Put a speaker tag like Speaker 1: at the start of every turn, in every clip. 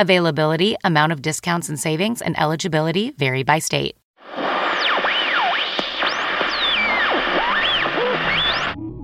Speaker 1: Availability, amount of discounts and savings, and eligibility vary by state.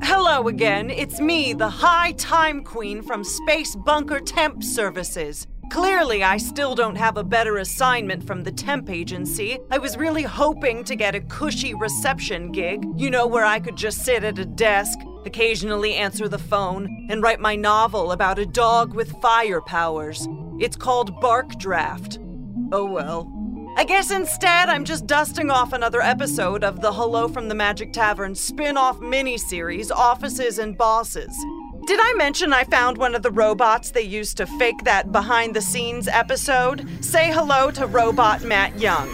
Speaker 2: Hello again, it's me, the High Time Queen from Space Bunker Temp Services. Clearly, I still don't have a better assignment from the temp agency. I was really hoping to get a cushy reception gig, you know, where I could just sit at a desk, occasionally answer the phone, and write my novel about a dog with fire powers. It's called Bark Draft. Oh well. I guess instead I'm just dusting off another episode of the Hello from the Magic Tavern spin off miniseries, Offices and Bosses. Did I mention I found one of the robots they used to fake that behind the scenes episode? Say hello to robot Matt Young.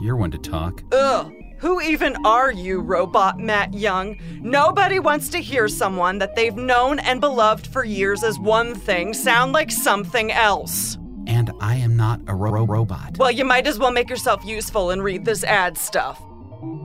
Speaker 3: You're one to talk.
Speaker 2: Ugh, who even are you, robot Matt Young? Nobody wants to hear someone that they've known and beloved for years as one thing sound like something else.
Speaker 3: And I am not a ro- ro- robot.
Speaker 2: Well, you might as well make yourself useful and read this ad stuff.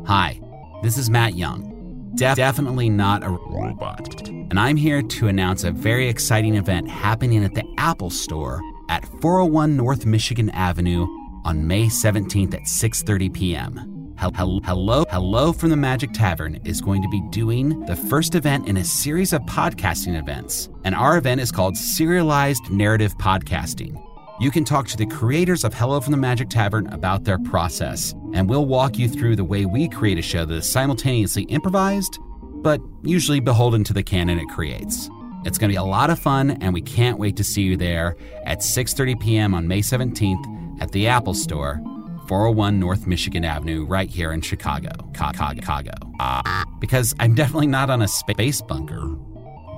Speaker 3: Hi, this is Matt Young. Def- definitely not a robot. And I'm here to announce a very exciting event happening at the Apple Store at 401 North Michigan Avenue on May 17th at 6:30 p.m. Hel- hel- Hello, hello from the Magic Tavern is going to be doing the first event in a series of podcasting events, and our event is called Serialized Narrative Podcasting. You can talk to the creators of Hello from the Magic Tavern about their process, and we'll walk you through the way we create a show that is simultaneously improvised, but usually beholden to the canon it creates. It's going to be a lot of fun, and we can't wait to see you there at 6:30 p.m. on May 17th at the Apple Store, 401 North Michigan Avenue, right here in Chicago. Ca- ca- Chicago. Ah, Because I'm definitely not on a spa- space bunker.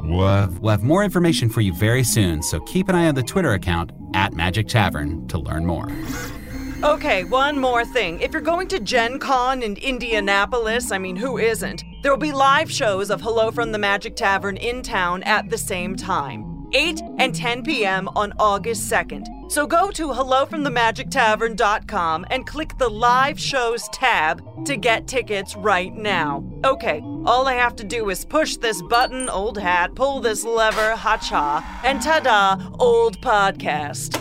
Speaker 3: What? We'll have more information for you very soon, so keep an eye on the Twitter account at Magic Tavern to learn more.
Speaker 2: Okay, one more thing. If you're going to Gen Con in Indianapolis, I mean, who isn't? There will be live shows of Hello from the Magic Tavern in town at the same time 8 and 10 p.m. on August 2nd. So go to hellofromthemagictavern.com and click the live shows tab to get tickets right now. Okay, all I have to do is push this button, old hat, pull this lever, ha cha, and ta da, old podcast.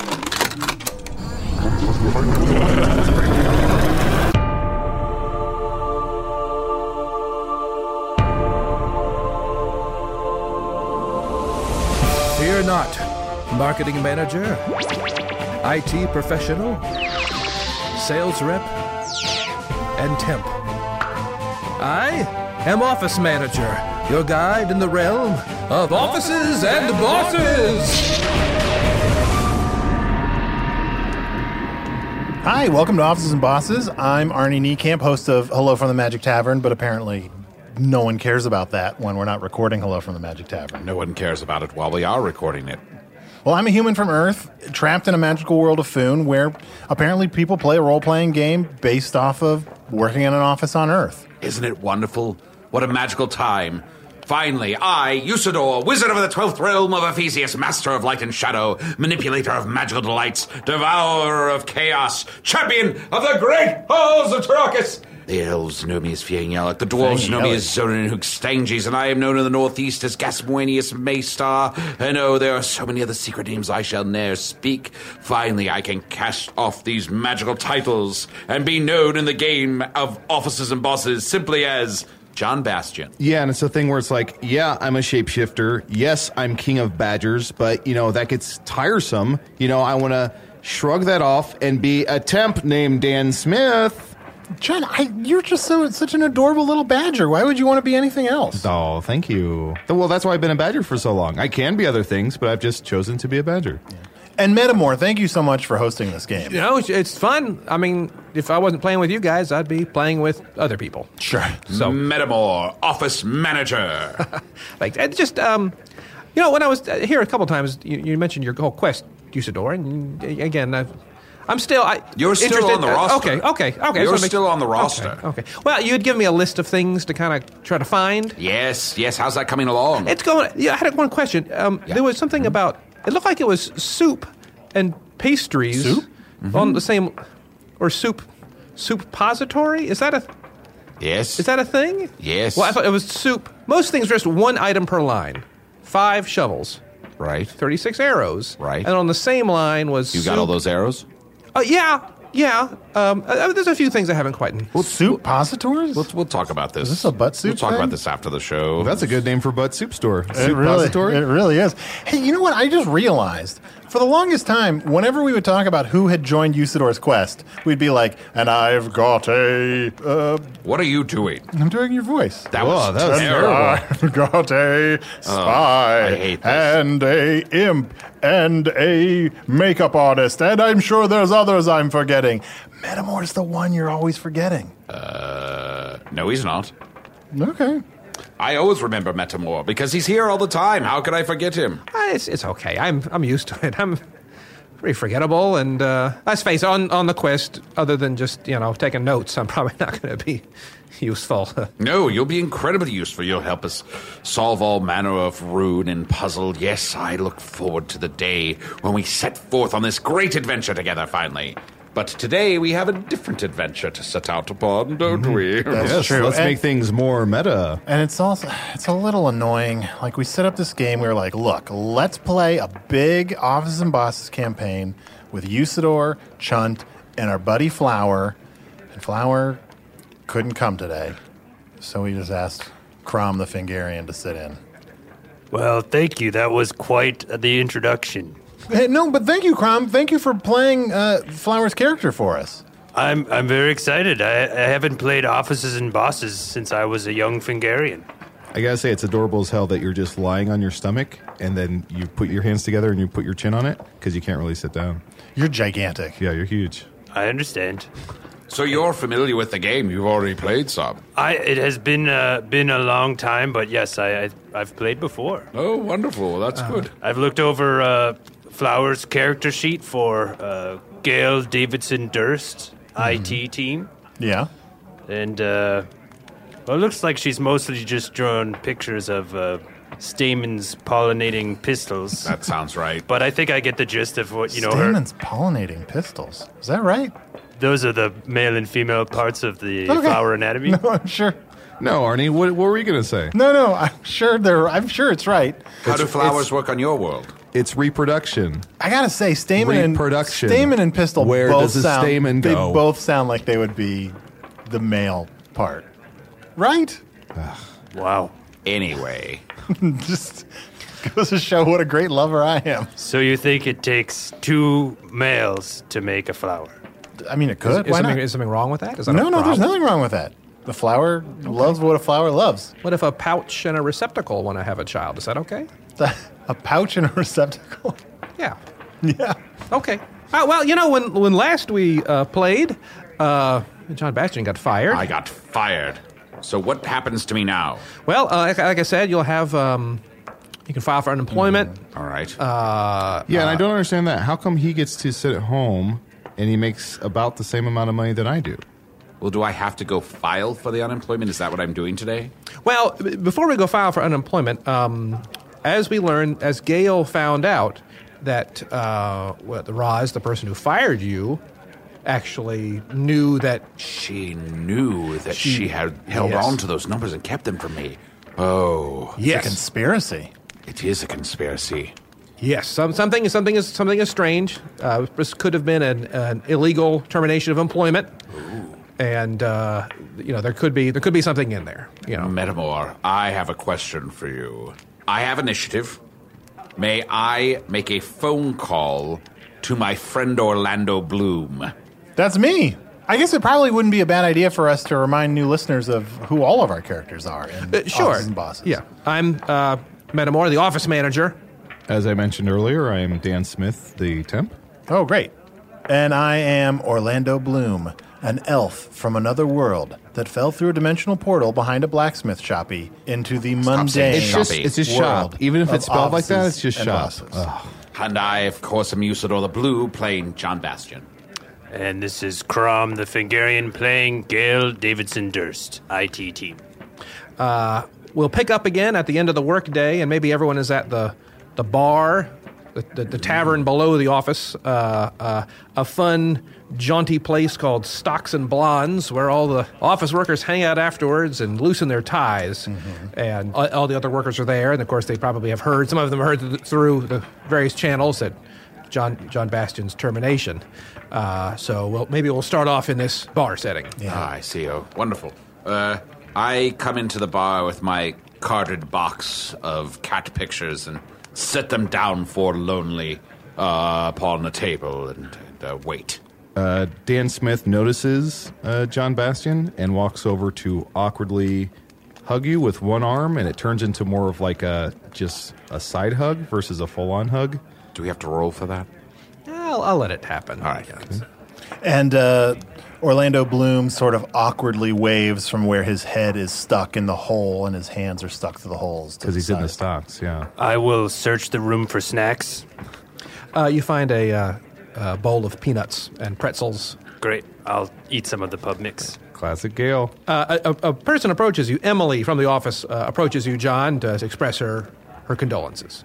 Speaker 4: Fear not, marketing manager, IT professional, sales rep, and temp. I am office manager, your guide in the realm of offices and bosses.
Speaker 5: Hi, welcome to Offices and Bosses. I'm Arnie Niekamp, host of Hello from the Magic Tavern, but apparently no one cares about that when we're not recording Hello from the Magic Tavern.
Speaker 6: No one cares about it while we are recording it.
Speaker 5: Well, I'm a human from Earth, trapped in a magical world of Foon, where apparently people play a role playing game based off of working in an office on Earth.
Speaker 6: Isn't it wonderful? What a magical time. Finally, I, Usador, wizard of the twelfth realm of Ephesius, master of light and shadow, manipulator of magical delights, devourer of chaos, champion of the great halls of Tarakas. The elves know me as Fiangyalak, the dwarves know me as Zorin and Hookstanges, and I am known in the northeast as Gasmoenius Maystar. And oh, there are so many other secret names I shall ne'er speak. Finally, I can cast off these magical titles and be known in the game of officers and bosses simply as John Bastion.
Speaker 7: Yeah, and it's a thing where it's like, yeah, I'm a shapeshifter. Yes, I'm king of badgers, but you know that gets tiresome. You know, I want to shrug that off and be a temp named Dan Smith.
Speaker 5: John, I, you're just so such an adorable little badger. Why would you want to be anything else?
Speaker 7: Oh, thank you. Well, that's why I've been a badger for so long. I can be other things, but I've just chosen to be a badger.
Speaker 5: And Metamore, thank you so much for hosting this game.
Speaker 8: You know, it's, it's fun. I mean, if I wasn't playing with you guys, I'd be playing with other people.
Speaker 5: Sure.
Speaker 8: So,
Speaker 4: Mm.
Speaker 6: Metamore, office manager.
Speaker 8: like, it just, um, you know, when I was uh, here a couple times, you, you mentioned your whole quest, Usador, and you- again, I've, I'm still. I,
Speaker 6: You're still
Speaker 8: interested-
Speaker 6: on the
Speaker 8: uh,
Speaker 6: roster.
Speaker 8: Okay, okay, okay. I just
Speaker 6: You're
Speaker 8: wanna make-
Speaker 6: still on the
Speaker 8: okay,
Speaker 6: roster.
Speaker 8: Okay, Well, you'd give me a list of things to kind of try to find.
Speaker 6: yes, yes, how's that coming along?
Speaker 8: It's going. Yeah, I had one question. Um, There was something
Speaker 6: Mm-hmm.
Speaker 8: about. It looked like it was soup and pastries. Soup
Speaker 6: Mm-hmm.
Speaker 8: on the same, or soup, soup pository. Is that a
Speaker 6: yes.
Speaker 8: is that a thing?
Speaker 6: Yes.
Speaker 8: Well, I thought it was soup. Most things are just one item per line. Five shovels,
Speaker 6: right?
Speaker 8: thirty-six arrows.
Speaker 6: Right.
Speaker 8: And on the same line was
Speaker 6: You got all
Speaker 8: soup-
Speaker 6: those arrows?
Speaker 8: Oh yeah, yeah. Um, uh, there's a few things I haven't quite.
Speaker 5: soup positors?
Speaker 6: We'll, we'll talk about this. Is
Speaker 5: this a butt
Speaker 6: We'll
Speaker 5: soup
Speaker 6: talk about
Speaker 5: thing?
Speaker 6: this after the show.
Speaker 7: That's a good name for butt soup store.
Speaker 5: It
Speaker 7: Soup
Speaker 5: really,
Speaker 7: pository?
Speaker 5: it really is. Hey, you know what? I just realized for the longest time, whenever we would talk about who had joined Usador's quest, we'd be like, "And I've got a." Uh,
Speaker 6: what are you doing?
Speaker 5: I'm doing your voice.
Speaker 6: That
Speaker 7: Whoa,
Speaker 6: was,
Speaker 7: that was
Speaker 6: terrible. Oh,
Speaker 5: I've got a spy
Speaker 6: I hate this.
Speaker 5: and a imp and a makeup artist, and I'm sure there's others I'm forgetting. Metamore's the one you're always forgetting.
Speaker 6: Uh, No, he's not.
Speaker 5: Okay.
Speaker 6: I always remember Metamore because he's here all the time. How could I forget him?
Speaker 8: Uh, it's, it's okay. I'm I'm used to it. I'm pretty forgettable, and uh, let's face it, on on the quest, other than just you know taking notes, I'm probably not going to be useful.
Speaker 6: No, you'll be incredibly useful. You'll help us solve all manner of rude and puzzle. Yes, I look forward to the day when we set forth on this great adventure together finally. But today we have a different adventure to set out upon, don't we?
Speaker 5: Mm-hmm. That's
Speaker 7: Mm-hmm. Yes,
Speaker 5: true.
Speaker 7: let's
Speaker 5: And-
Speaker 7: make things more meta.
Speaker 5: And it's also it's a little annoying. Like we set up this game, we were like, look, let's play a big office and bosses campaign with Usador, Chunt, and our buddy Flower. And Flower couldn't come today. So we just asked Crom the Fingarian to sit in.
Speaker 9: Well, thank you. That was quite the introduction.
Speaker 5: Hey, no, but thank you, Crom. Thank you for playing uh, Flower's character for us.
Speaker 9: I'm I'm very excited. I, I haven't played offices and bosses since I was a young Fingarian.
Speaker 7: I gotta say, it's adorable as hell that you're just lying on your stomach and then you put your hands together and you put your chin on it because you can't really sit down.
Speaker 5: You're gigantic.
Speaker 7: Yeah, you're huge.
Speaker 9: I understand.
Speaker 6: so you're familiar with the game. You've already played some.
Speaker 9: I it has been uh, been a long time, but yes, I, I I've played before. Uh,
Speaker 6: Oh, wonderful. That's good.
Speaker 9: I've looked over uh, Flowers' character sheet for uh, Gail Davidson Durst
Speaker 6: Mm-hmm.
Speaker 9: IT team,
Speaker 5: Yeah.
Speaker 9: and uh, well, it looks like she's mostly just drawn pictures of uh, stamens pollinating pistols.
Speaker 6: That sounds right.
Speaker 9: but I think I get the gist of what you know. Her,
Speaker 5: Stamen's pollinating pistols. Is that right?
Speaker 9: those are the male and female parts of the
Speaker 5: Okay.
Speaker 9: flower anatomy.
Speaker 5: No, I'm sure.
Speaker 7: No, Arnie, what, what were you gonna say?
Speaker 5: No, no, I'm sure they're. I'm sure it's right.
Speaker 6: How do flowers work on your world?
Speaker 7: It's reproduction.
Speaker 5: I gotta say, stamen
Speaker 7: Reproduction.
Speaker 5: and stamen and pistol
Speaker 7: Where
Speaker 5: both
Speaker 7: does the
Speaker 5: sound.
Speaker 7: stamen
Speaker 5: they
Speaker 7: go?
Speaker 5: both sound like they would be the male part, right?
Speaker 9: Wow.
Speaker 6: Anyway.
Speaker 5: Just goes to show what a great lover I am.
Speaker 9: So you think it takes two males to make a flower?
Speaker 5: I mean, it could.
Speaker 8: is,
Speaker 5: Why
Speaker 8: something,
Speaker 5: not?
Speaker 8: is something wrong with that? Is that
Speaker 5: no,
Speaker 8: a
Speaker 5: no, there's
Speaker 8: problem?
Speaker 5: nothing wrong with that. The flower loves what a flower loves.
Speaker 8: What if a pouch and a receptacle want to have a child? Is that okay?
Speaker 5: a pouch and a receptacle.
Speaker 8: Yeah.
Speaker 5: yeah.
Speaker 8: Okay. Uh, well, you know, when when last we uh, played, uh, John Bastion got fired.
Speaker 6: I got fired. So what happens to me now?
Speaker 8: well, uh, like, like I said, you'll have um, you can file for unemployment.
Speaker 6: Mm-hmm.
Speaker 8: Uh,
Speaker 6: All right.
Speaker 7: Yeah, and I don't understand that. How come he gets to sit at home and he makes about the same amount of money that I do?
Speaker 10: Well, do I have to go file for the unemployment? Is that what I'm doing today?
Speaker 8: Well, b- before we go file for unemployment, um, as we learned, as Gail found out that uh, what, the Roz, the person who fired you, actually knew that
Speaker 6: She knew that she, had held
Speaker 8: Yes.
Speaker 6: on to those numbers and kept them from me. Oh,
Speaker 5: It's a conspiracy.
Speaker 6: it is a conspiracy.
Speaker 8: Yes, some, something something is something is strange. Uh, this could have been an, an illegal termination of employment, and uh, you know there could be there could be something in there. You know,
Speaker 6: Metamor, I have a question for you. I have initiative. May I make a phone call to my friend Orlando Bloom?
Speaker 5: That's me. I guess it probably wouldn't be a bad idea for us to remind new listeners of who all of our characters are. In
Speaker 8: Uh, sure.
Speaker 5: Offices and bosses.
Speaker 8: Yeah, I'm uh, Metamore, the office manager.
Speaker 7: As I mentioned earlier, I am Dan Smith, the temp.
Speaker 5: Oh, great. And I am Orlando Bloom, an elf from another world that fell through a dimensional portal behind a blacksmith shoppy into the mundane.
Speaker 6: saying
Speaker 7: It's just,
Speaker 6: Shoppy.
Speaker 7: it's just
Speaker 5: world
Speaker 7: shop. Even if
Speaker 5: of
Speaker 7: it's spelled like that,
Speaker 5: offices
Speaker 7: it's just
Speaker 5: and
Speaker 7: shop.
Speaker 5: bosses.
Speaker 7: Ugh.
Speaker 6: And I, of course, am Usador the Blue, playing John Bastion.
Speaker 9: And this is Crom the Fingarian playing Gail Davidson Durst, IT team.
Speaker 8: Uh, We'll pick up again at the end of the workday, and maybe everyone is at the the bar, the, the, the tavern below the office, uh, uh, a fun, jaunty place called Stocks and Blondes, where all the office workers hang out afterwards and loosen their ties. And all, all the other workers are there, and of course they probably have heard. Some of them heard th- through the various channels that. John John Bastion's termination. Uh, so we'll, maybe we'll start off in this bar setting.
Speaker 6: Ah, I see. Oh, wonderful. Uh, I come into the bar with my carded box of cat pictures and set them down for lonely uh, upon the table and, and uh, wait.
Speaker 7: Uh, Dan Smith notices uh, John Bastion and walks over to awkwardly hug you with one arm, and it turns into more of like a just a side hug versus a full on hug.
Speaker 6: Do we have to roll for that?
Speaker 8: I'll, I'll let it happen. All
Speaker 6: right.
Speaker 5: And uh, Orlando Bloom sort of awkwardly waves from where his head is stuck in the hole and his hands are stuck to the holes. to
Speaker 7: Because he's in the
Speaker 5: side.
Speaker 7: stocks, yeah.
Speaker 9: I will search the room for snacks.
Speaker 8: Uh, you find a, uh, a bowl of peanuts and pretzels.
Speaker 9: Great. I'll eat some of the pub mix.
Speaker 7: Classic Gale.
Speaker 8: Uh, a, a a person approaches you. Emily from the office uh, approaches you, John, to express her, her condolences.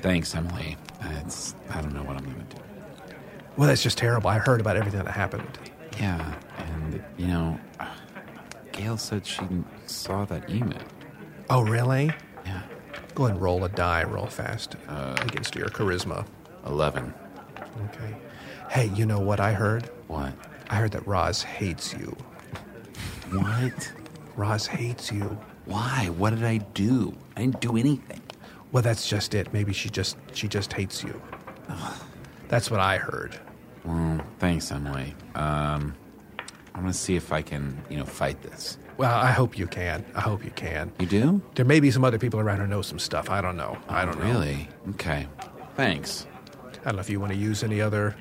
Speaker 6: Thanks, Emily. It's, I don't know what I'm going to do.
Speaker 8: Well, that's just terrible. I heard about everything that happened.
Speaker 6: Yeah, and, you know, Gail said she saw that email.
Speaker 8: Oh, really?
Speaker 6: Yeah. Uh,
Speaker 8: Go ahead and roll a die real fast against your charisma.
Speaker 6: 11.
Speaker 8: Okay. Hey, you know what I heard?
Speaker 6: What?
Speaker 8: I heard that Roz hates you.
Speaker 6: What?
Speaker 8: Roz hates you.
Speaker 6: Why? What did I do? I didn't do anything.
Speaker 8: Well, that's just it. Maybe she just she just hates you. That's what I heard.
Speaker 6: Well, thanks, Emily. Um, I'm gonna see if I can, you know, fight this.
Speaker 8: Well, I hope you can. I hope you can.
Speaker 6: You do?
Speaker 8: There may be some other people around who know some stuff. I don't know. I don't know.
Speaker 6: Really? Okay. Thanks.
Speaker 8: I don't know if you want to use any other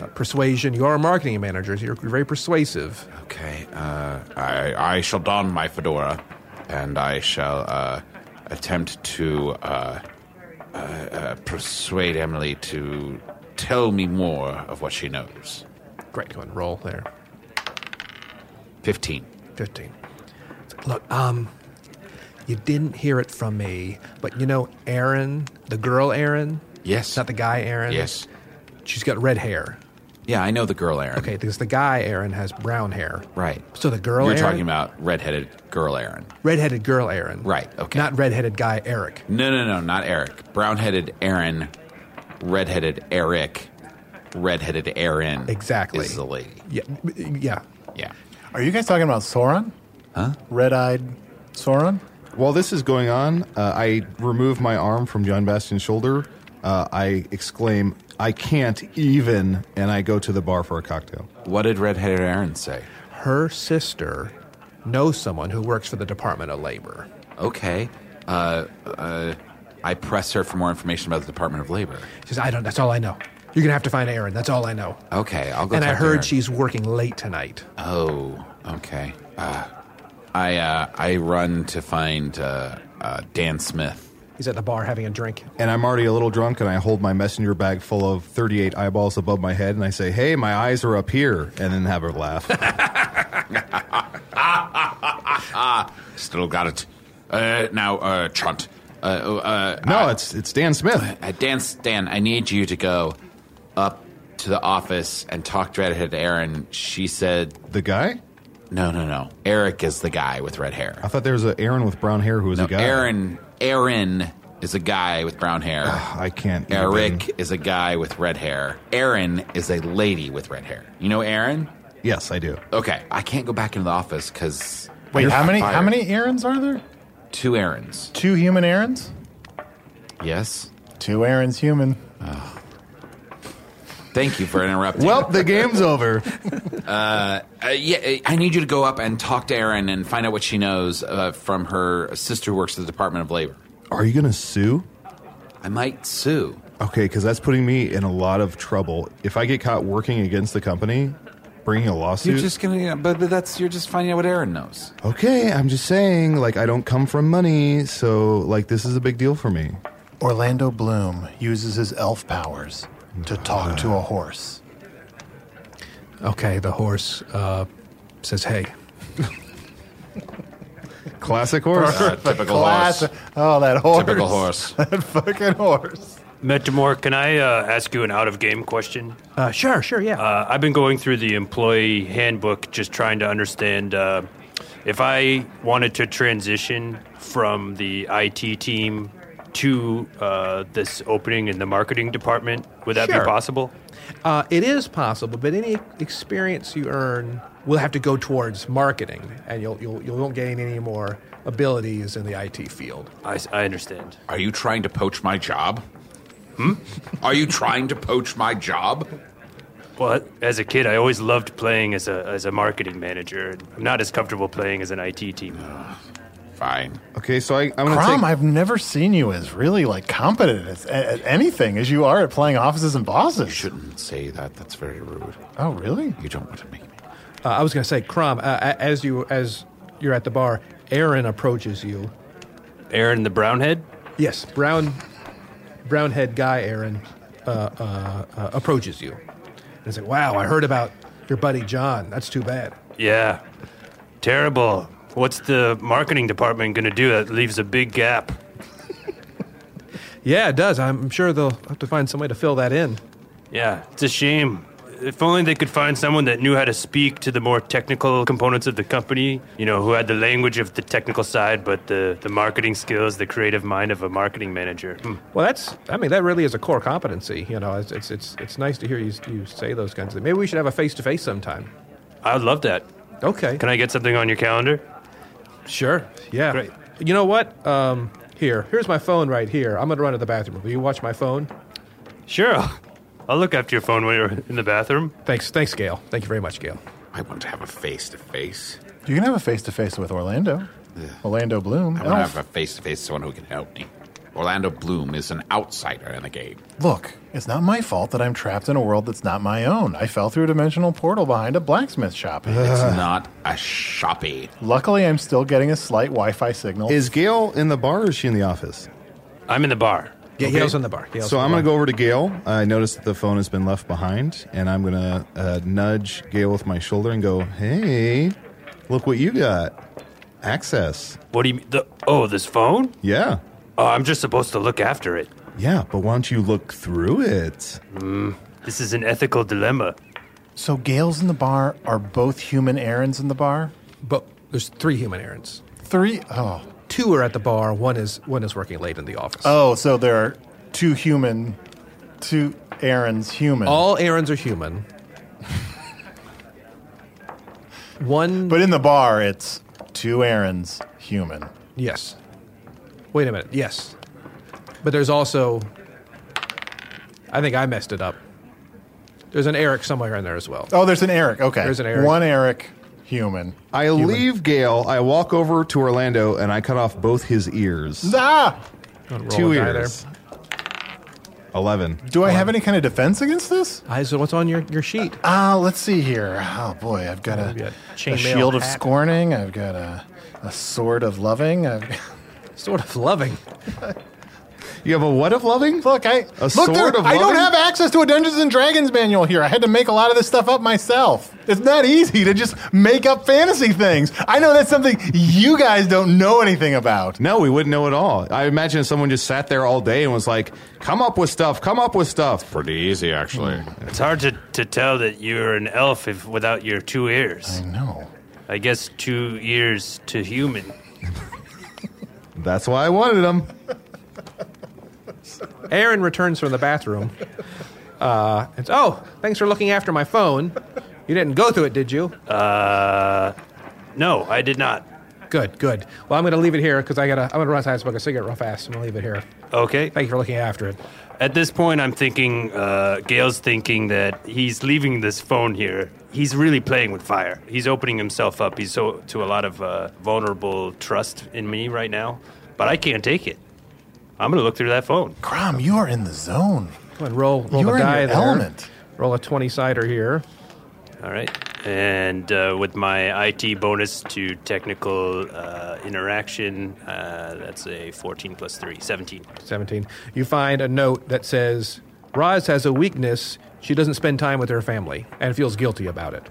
Speaker 8: uh, persuasion. You are a marketing manager. So you're very persuasive.
Speaker 6: Okay. Uh, I I shall don my fedora, and I shall uh, attempt to uh, uh, uh, persuade Emily to tell me more of what she knows.
Speaker 8: Great. Go ahead and roll there.
Speaker 6: Fifteen.
Speaker 8: 15. Look, um, you didn't hear it from me, but you know Aaron, the girl Aaron?
Speaker 6: Yes.
Speaker 8: Not the guy Aaron?
Speaker 6: Yes.
Speaker 8: She's got red hair.
Speaker 6: Yeah, I know the girl, Aaron.
Speaker 8: Okay, because the guy Aaron has brown hair.
Speaker 6: Right.
Speaker 8: So the girl
Speaker 6: You're
Speaker 8: Aaron?
Speaker 6: talking about redheaded girl, Aaron.
Speaker 8: redheaded girl Aaron.
Speaker 6: Right, okay.
Speaker 8: Not redheaded guy Eric.
Speaker 6: No, no, no, not Eric. Brown-headed Aaron, red-headed Eric, red-headed Aaron.
Speaker 8: Exactly.
Speaker 6: Is the lady.
Speaker 8: Yeah. Yeah.
Speaker 6: Yeah.
Speaker 5: Are you guys talking about Sauron? Huh? Red eyed Sauron?
Speaker 7: While this is going on, uh, I remove my arm from John Bastion's shoulder. Uh, I exclaim, I can't even, and I go to the bar for a cocktail.
Speaker 6: What did red-headed Aaron say?
Speaker 8: her sister knows someone who works for the Department of Labor.
Speaker 6: Okay. Uh, uh, I press her for more information about the Department of Labor.
Speaker 8: She says, I don't, that's all I know. You're going to have to find Aaron. That's all I know.
Speaker 6: Okay, I'll go.
Speaker 8: and
Speaker 6: talk
Speaker 8: I
Speaker 6: to
Speaker 8: heard
Speaker 6: Aaron.
Speaker 8: she's working late tonight.
Speaker 6: Oh, okay. Uh, I uh, I run to find uh, uh, Dan Smith.
Speaker 8: He's at the bar having a drink.
Speaker 7: And I'm already a little drunk, and I hold my messenger bag full of 38 eyeballs above my head, and I say, Hey, my eyes are up here, and then have her laugh.
Speaker 6: Still got it. Uh, now, uh, Chunt. Uh, uh,
Speaker 7: No, it's it's Dan Smith.
Speaker 6: uh, Dan, Dan, I need you to go up to the office and talk to Redhead Aaron. She said,
Speaker 7: The guy?
Speaker 6: no, no, no. Eric is the guy with red hair.
Speaker 7: I thought there was an Aaron with brown hair who was
Speaker 6: No,
Speaker 7: a guy.
Speaker 6: Aaron, Aaron is a guy with brown hair.
Speaker 7: Ah, I can't. even-
Speaker 6: Eric is a guy with red hair. Aaron is a lady with red hair. You know Aaron?
Speaker 7: Yes, I do.
Speaker 6: Okay, I can't go back into the office because
Speaker 5: Wait, how many how
Speaker 6: fired.
Speaker 5: many errands are there?
Speaker 6: two Aarons.
Speaker 5: Two human errands?
Speaker 6: Yes.
Speaker 5: Two errands human.
Speaker 6: Thank you for interrupting.
Speaker 7: Well, Oh, the game's over.
Speaker 6: uh, yeah, I need you to go up and talk to Aaron and find out what she knows uh, from her sister who works at the Department of Labor.
Speaker 7: Are you gonna sue?
Speaker 6: I might sue.
Speaker 7: Okay, because that's putting me in a lot of trouble. If I get caught working against the company, bringing a lawsuit.
Speaker 6: You're just gonna, but, but that's you're just finding out what Aaron knows.
Speaker 7: okay, I'm just saying. Like, I don't come from money, so like this is a big deal for me.
Speaker 5: Orlando Bloom uses his elf powers to talk to a horse.
Speaker 8: Okay, the horse uh, says, hey.
Speaker 7: Classic horse.
Speaker 6: Uh, typical
Speaker 5: Class.
Speaker 6: horse.
Speaker 5: Oh, that horse.
Speaker 6: Typical horse.
Speaker 5: That fucking horse.
Speaker 9: Metamore, can I uh, ask you an out of game question?
Speaker 8: Uh, sure, sure, yeah.
Speaker 9: Uh, I've been going through the employee handbook, just trying to understand uh, if I wanted to transition from the IT team to uh, this opening in the marketing department. Would that
Speaker 8: Sure.
Speaker 9: be possible?
Speaker 8: Uh, it is possible, but any experience you earn will have to go towards marketing, and you'll, you'll, you won't gain any more abilities in the IT field.
Speaker 9: I, s- I understand.
Speaker 6: Are you trying to poach my job? Hmm? Are you trying to poach my job?
Speaker 9: Well, as a kid, I always loved playing as a as a marketing manager. I'm not as comfortable playing as an IT team.
Speaker 6: Fine.
Speaker 7: Okay, so I, I'm gonna
Speaker 5: Crom,
Speaker 7: take.
Speaker 5: I've never seen you as really like competent at, at anything as you are at playing offices and bosses.
Speaker 6: Shouldn't say that. That's very rude.
Speaker 5: Oh, really?
Speaker 6: You don't want to make me.
Speaker 8: Uh, I was going to say, Crom, uh, a- as you as you're at the bar, Aaron approaches you.
Speaker 9: Aaron the Brownhead.
Speaker 8: Yes, brown brownhead guy Aaron uh, uh, uh, approaches you. And he's like, "Wow, I heard about your buddy John. That's too bad."
Speaker 9: Yeah, terrible. What's the marketing department going to do? That leaves a big gap.
Speaker 8: Yeah, it does. I'm sure they'll have to find some way to fill that in.
Speaker 9: Yeah, it's a shame. If only they could find someone that knew how to speak to the more technical components of the company, you know, who had the language of the technical side, but the, the marketing skills, the creative mind of a marketing manager. Hmm.
Speaker 8: Well, that's. I mean, that really is a core competency. You know, it's it's it's, it's nice to hear you you say those kinds of things. Maybe we should have a face to face sometime.
Speaker 9: I would love that.
Speaker 8: Okay.
Speaker 9: Can I get something on your calendar?
Speaker 8: sure. Yeah.
Speaker 9: Great.
Speaker 8: You know what? Um, here, here's my phone right here. I'm gonna run to the bathroom. Will you watch my phone?
Speaker 9: Sure. I'll look after your phone when you're in the bathroom.
Speaker 8: Thanks. Thanks, Gail. Thank you very much, Gail.
Speaker 6: I want to have a face to face.
Speaker 5: You can have a face to face with Orlando. Orlando Bloom. Oh,
Speaker 6: I want to
Speaker 5: elf.
Speaker 6: have a face to face someone who can help me. Orlando Bloom is an outsider in the game.
Speaker 5: Look, it's not my fault that I'm trapped in a world that's not my own. I fell through a dimensional portal behind a blacksmith shop.
Speaker 6: It's not a shoppy.
Speaker 5: Luckily, I'm still getting a slight Wi Fi signal.
Speaker 7: Is Gail in the bar or is she in the office?
Speaker 9: I'm in the bar.
Speaker 8: Yeah, Gail's in the bar. Gail's
Speaker 7: so
Speaker 8: in the
Speaker 7: I'm going to
Speaker 8: bar.
Speaker 7: go over to Gail. I noticed that the phone has been left behind, and I'm going to uh, nudge Gail with my shoulder and go, "Hey, look what you got! Access,
Speaker 9: What do you mean? The, oh, this phone?
Speaker 7: yeah,
Speaker 9: Oh, I'm just supposed to look after it.
Speaker 7: yeah." But why don't you look through it?
Speaker 9: Mm. This is an ethical dilemma.
Speaker 5: so, Gales in the bar are both human errands in the bar?
Speaker 8: But there's three human errands.
Speaker 5: Three oh
Speaker 8: Two are at the bar. One is one is working late in the office.
Speaker 5: oh, so there are two human, two errands human.
Speaker 8: All errands are human. one.
Speaker 5: but in the bar, it's two errands human.
Speaker 8: Yes. Wait a minute. Yes. But there's also. I think I messed it up. There's an Eric somewhere in there as well.
Speaker 5: Oh, there's an Eric. Okay.
Speaker 8: There's an Eric.
Speaker 5: One Eric human.
Speaker 7: I leave Gail. I walk over to Orlando, and I cut off both his ears.
Speaker 5: Ah!
Speaker 8: Roll
Speaker 7: Two
Speaker 8: a die
Speaker 7: ears. Eleven.
Speaker 5: Do I have any kind of defense against this?
Speaker 8: there. I said, what's on your, your sheet?
Speaker 5: Ah, let's see here. Oh boy, I've got
Speaker 8: Maybe a
Speaker 5: a, a
Speaker 8: chainmail
Speaker 5: shield of
Speaker 8: hat.
Speaker 5: scorning. I've got a, a sword of loving. I've,
Speaker 8: Sort of loving.
Speaker 7: You have a what of loving?
Speaker 5: Look, I
Speaker 7: A
Speaker 5: look.
Speaker 7: sword
Speaker 5: there-
Speaker 7: of
Speaker 5: I don't
Speaker 7: loving?
Speaker 5: have access to a Dungeons and Dragons manual here. I had to make a lot of this stuff up myself. It's not easy to just make up fantasy things. I know that's something you guys don't know anything about.
Speaker 7: No, we wouldn't know at all. I imagine if someone just sat there all day and was like, "Come up with stuff. Come up with stuff."
Speaker 6: Pretty easy, actually.
Speaker 9: Mm. It's hard to, to tell that you're an elf if, without your two ears.
Speaker 5: No,
Speaker 9: I guess two ears to human.
Speaker 7: That's why I wanted them.
Speaker 8: Aaron returns from the bathroom. Uh, it's, oh, thanks for looking after my phone. You didn't go through it, did you?
Speaker 9: Uh, No, I did not.
Speaker 8: Good, good. Well, I'm going to leave it here because I gotta. I'm going to run outside and smoke a cigarette real fast. I'm going to leave it here.
Speaker 9: Okay.
Speaker 8: Thank you for looking after it.
Speaker 9: At this point, I'm thinking, uh, Gail's thinking that he's leaving this phone here. He's really playing with fire. He's opening himself up. He's so to a lot of uh, vulnerable trust in me right now, but I can't take it. I'm gonna look through that phone.
Speaker 5: Grom, you are in the zone.
Speaker 8: Come on, roll, roll
Speaker 5: You're
Speaker 8: the
Speaker 5: in
Speaker 8: die
Speaker 5: your
Speaker 8: there.
Speaker 5: element.
Speaker 8: Roll a twenty cider here.
Speaker 9: All right, and uh, with my IT bonus to technical uh, interaction, uh, that's a 14 plus three, 17.
Speaker 8: 17. You find a note that says, Roz has a weakness. She doesn't spend time with her family and feels guilty about it.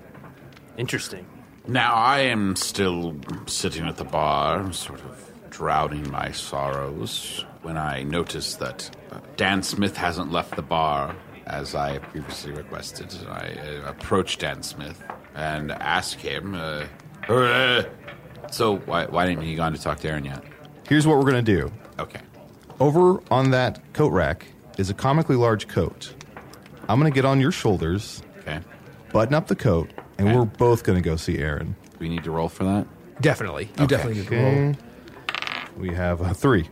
Speaker 9: Interesting.
Speaker 6: Now I am still sitting at the bar, sort of drowning my sorrows, when I notice that uh, Dan Smith hasn't left the bar as I previously requested. I uh, approach Dan Smith and ask him, uh, "Uh, "So why, why didn't you go on to talk to Aaron yet?"
Speaker 7: Here's what we're gonna do.
Speaker 6: Okay.
Speaker 7: Over on that coat rack is a comically large coat. I'm gonna get on your shoulders,
Speaker 6: Okay.
Speaker 7: button up the coat, and we're both gonna go see Aaron.
Speaker 6: Do we need to roll for that?
Speaker 8: Definitely. You definitely need to roll.
Speaker 7: Okay. We have a three.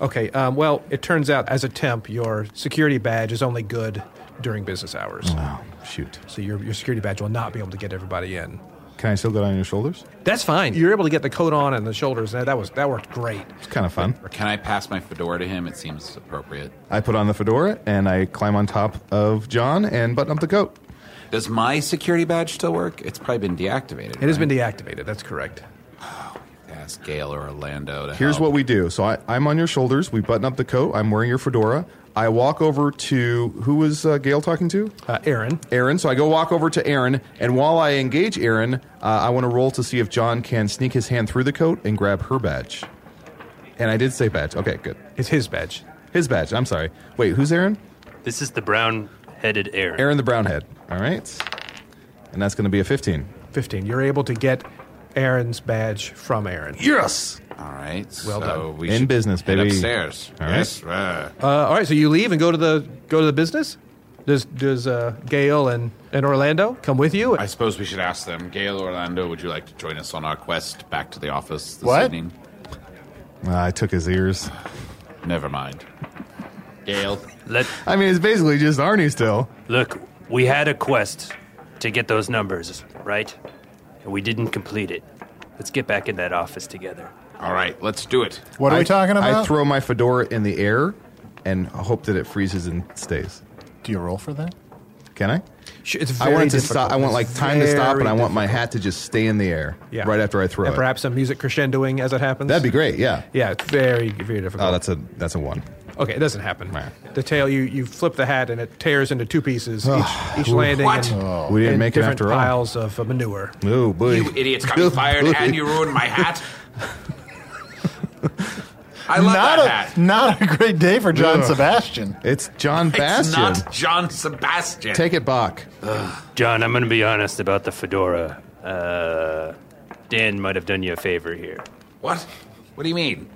Speaker 8: Okay, um, well, it turns out as a temp, your security badge is only good during business hours.
Speaker 7: Wow, shoot.
Speaker 8: So your, your security badge will not be able to get everybody in.
Speaker 7: Can I still get on your shoulders?
Speaker 8: That's fine. You're able to get the coat on and the shoulders. and That was that worked great.
Speaker 7: It's kind of fun.
Speaker 6: Can I pass my fedora to him? It seems appropriate.
Speaker 7: I put on the fedora and I climb on top of John and button up the coat.
Speaker 6: Does my security badge still work? It's probably been deactivated. Oh,
Speaker 8: It has been deactivated. That's correct.
Speaker 6: Ask Gail or Orlando. To
Speaker 7: Here's
Speaker 6: help.
Speaker 7: what we do. So I, I'm on your shoulders. We button up the coat. I'm wearing your fedora. I walk over to who was uh, Gail talking to?
Speaker 8: Uh, Aaron,
Speaker 7: Aaron. So I go walk over to Aaron, and while I engage Aaron, uh, I want to roll to see if John can sneak his hand through the coat and grab her badge. And I did say badge. Okay, good.
Speaker 8: it's his badge.
Speaker 7: His badge. I'm sorry. Wait, who's Aaron?
Speaker 9: This is the brown-headed Aaron.
Speaker 7: Aaron the brownhead. All right. And that's going to be a 15.
Speaker 8: 15. You're able to get Aaron's badge from Aaron.
Speaker 7: Yes.
Speaker 6: All right.
Speaker 8: Well
Speaker 6: so
Speaker 8: done.
Speaker 6: We
Speaker 7: In
Speaker 6: should
Speaker 7: business,
Speaker 6: head
Speaker 7: baby.
Speaker 6: Upstairs.
Speaker 7: All right.
Speaker 6: yes. uh,
Speaker 8: Uh, all right, so you leave and go to the go to the business. Does does uh, Gail and, and Orlando come with you?
Speaker 6: I suppose we should ask them. Gail Orlando, would you like to join us on our quest back to the office this
Speaker 5: What?
Speaker 6: evening?
Speaker 7: Uh, I took his ears.
Speaker 6: Never mind. Gail.
Speaker 9: Let
Speaker 7: I mean, it's basically just Arnie still.
Speaker 9: Look, we had a quest to get those numbers, right? And we didn't complete it. Let's get back in that office together.
Speaker 6: All right, let's do it.
Speaker 5: What are
Speaker 7: I-
Speaker 5: we talking about?
Speaker 7: I throw my fedora in the air and hope that it freezes and stays.
Speaker 5: Do you roll for that?
Speaker 7: Can I?
Speaker 8: Sh- It's
Speaker 7: I want it to
Speaker 8: difficult.
Speaker 7: stop. I want
Speaker 8: It's
Speaker 7: like time to stop, and
Speaker 8: very
Speaker 7: I want my hat to just stay in the air
Speaker 8: Yeah.
Speaker 7: right after I throw
Speaker 8: and
Speaker 7: it.
Speaker 8: perhaps some music crescendoing as it happens.
Speaker 7: That'd be great. Yeah.
Speaker 8: Yeah, it's very very difficult.
Speaker 7: Oh, that's a that's a one.
Speaker 8: okay, it doesn't happen.
Speaker 7: Right.
Speaker 8: The tail you you flip the hat and it tears into two pieces each, each landing
Speaker 6: What?
Speaker 8: and,
Speaker 7: We didn't
Speaker 8: and
Speaker 7: make it
Speaker 8: different
Speaker 7: after all.
Speaker 8: piles of uh, manure.
Speaker 7: Oh boy!
Speaker 6: You idiots got me fired and you ruined my hat. I love
Speaker 5: not
Speaker 6: that
Speaker 5: a
Speaker 6: hat.
Speaker 5: not a great day for John
Speaker 7: Ugh.
Speaker 5: Sebastian.
Speaker 7: It's John
Speaker 6: It's
Speaker 7: Bastion.
Speaker 6: not John Sebastian.
Speaker 7: Take it back.
Speaker 9: John, I'm going to be honest about the fedora. Uh, Dan might have done you a favor here. Uh,
Speaker 6: What? What do you mean?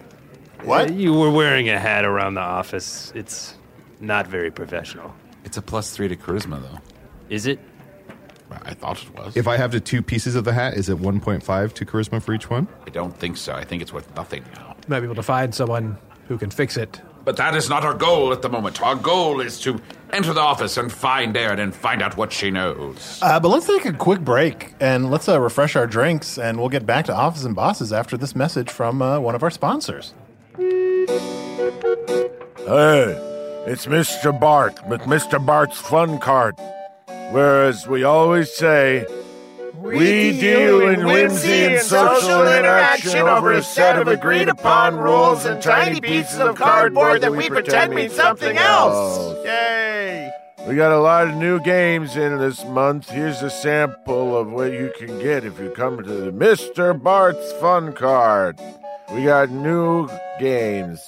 Speaker 5: What?
Speaker 9: You were wearing a hat around the office. It's not very professional.
Speaker 6: It's a plus three to charisma, though.
Speaker 9: Is it?
Speaker 6: I thought it was.
Speaker 7: If I have the two pieces of the hat, is it 1.5 to charisma for each one?
Speaker 6: I don't think so. I think it's worth nothing now.
Speaker 8: Might be able to find someone who can fix it.
Speaker 6: But that is not our goal at the moment. Our goal is to enter the office and find Erin and find out what she knows.
Speaker 5: Uh, but let's take a quick break and let's uh, refresh our drinks, and we'll get back to Office and Bosses after this message from uh, one of our sponsors.
Speaker 11: Hey, it's Mr. Bart with Mr. Bart's Fun Cart. Whereas we always say, We deal in whimsy and social interaction over a set of agreed upon rules and tiny pieces of cardboard that we pretend mean something else. Yay! We got a lot of new games in this month. Here's a sample of what you can get if you come to the Mr. Bart's Fun Card. We got new games.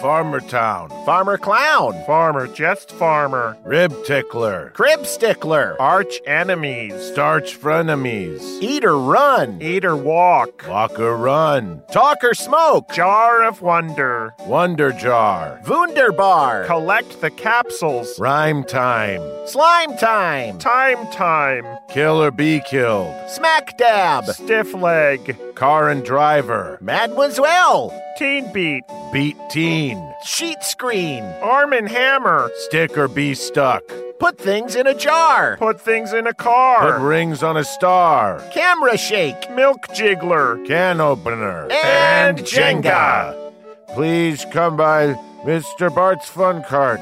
Speaker 11: Farmer Town,
Speaker 12: Farmer Clown.
Speaker 11: Farmer,
Speaker 12: Just Farmer.
Speaker 11: Rib Tickler,
Speaker 12: Crib Stickler. Arch Enemies.
Speaker 11: Starch Frenemies,
Speaker 12: Eat or Run. Eat or Walk.
Speaker 11: Walk or Run,
Speaker 12: Talk or Smoke.
Speaker 13: Jar of Wonder.
Speaker 11: Wonder Jar,
Speaker 12: Wunderbar.
Speaker 13: Collect the capsules.
Speaker 11: Rhyme Time,
Speaker 12: Slime Time.
Speaker 13: Time time.
Speaker 11: Kill or Be Killed,
Speaker 12: Smack Dab.
Speaker 13: Stiff leg.
Speaker 11: Car and Driver,
Speaker 12: Mademoiselle.
Speaker 13: Teen beat.
Speaker 11: Beat Teen,
Speaker 12: Sheet Screen.
Speaker 13: Arm and hammer.
Speaker 11: Stick or Be Stuck,
Speaker 12: Put things in a jar.
Speaker 13: Put things in a
Speaker 11: Put
Speaker 13: car.
Speaker 11: Rings on a Star,
Speaker 12: Camera Shake.
Speaker 13: Milk jiggler.
Speaker 11: Can Opener,
Speaker 12: And
Speaker 11: Please come by Mr. Bart's Fun Cart,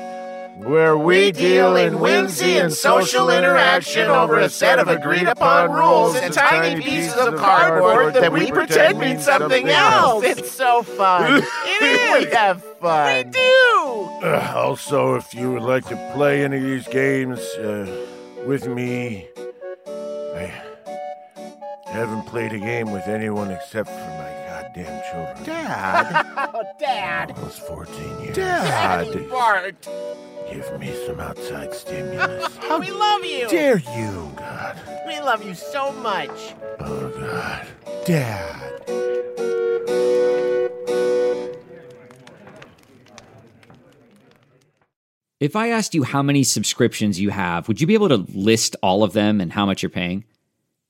Speaker 11: where we, deal in whimsy and social interaction over a set of agreed upon rules and tiny pieces of cardboard that we pretend mean something else.
Speaker 12: It's so fun. it is. We have fun. We do.
Speaker 11: Uh, also, if you would like to play any of these games uh, with me, I haven't played a game with anyone except for my goddamn children.
Speaker 12: Dad. Dad.
Speaker 11: I was 14 years.
Speaker 12: Daddy Bart.
Speaker 11: Give me some outside stimulus.
Speaker 12: we love you.
Speaker 11: Dare you, God.
Speaker 12: We love you so much.
Speaker 11: Oh, God. Dad.
Speaker 14: If I asked you how many subscriptions you have, would you be able to list all of them and how much you're paying?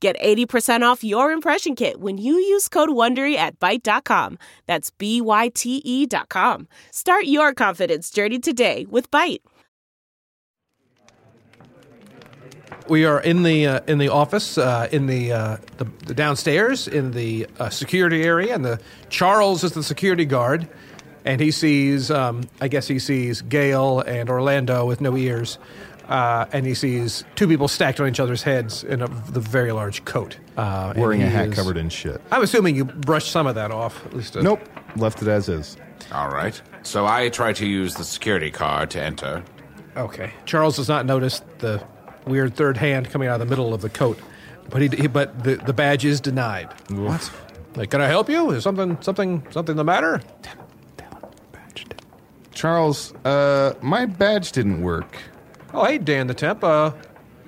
Speaker 15: Get 80% off your impression kit when you use code WONDERY at Byte.com. That's B-Y-T-E E dot com. Start your confidence journey today with Byte.
Speaker 8: We are in the uh, in the office, uh, in the, uh, the the downstairs, in the uh, security area, and the Charles is the security guard, and he sees, um, I guess he sees Gail and Orlando with no ears, uh, and he sees two people stacked on each other's heads in a, the very large coat, uh, and
Speaker 7: Wearing a
Speaker 8: he
Speaker 7: hat
Speaker 8: is-
Speaker 7: covered in shit.
Speaker 8: I'm assuming you brushed some of that off. At least uh, a,
Speaker 7: Nope. Left it as is.
Speaker 6: uh, All right. So I try to use the security card to enter.
Speaker 8: Okay. Charles does not notice the weird third hand coming out of the middle of the coat, but he, he but the, the badge is denied. What? Like, can I help you? Is something something something the matter?
Speaker 7: Charles, uh, my badge didn't work.
Speaker 8: Oh, hey Dan the temp. Uh,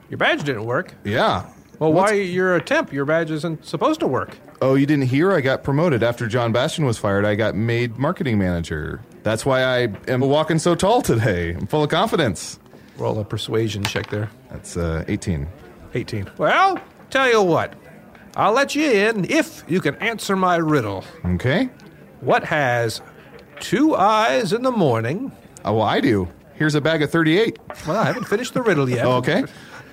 Speaker 8: your badge didn't work.
Speaker 7: Yeah.
Speaker 8: Well,
Speaker 7: What's-
Speaker 8: why you're a temp? Your badge isn't supposed to work.
Speaker 7: Oh, you didn't hear? I got promoted after John Bastion was fired. I got made marketing manager. That's why I am walking so tall today. I'm full of confidence.
Speaker 8: Roll a persuasion check there.
Speaker 7: That's uh, 18.
Speaker 8: 18. Well, tell you what, I'll let you in if you can answer my riddle.
Speaker 7: Okay.
Speaker 8: What has two eyes in the morning?
Speaker 7: Oh, well, I do. Here's a bag of 38.
Speaker 8: Well, I haven't finished the riddle yet.
Speaker 7: Oh, okay.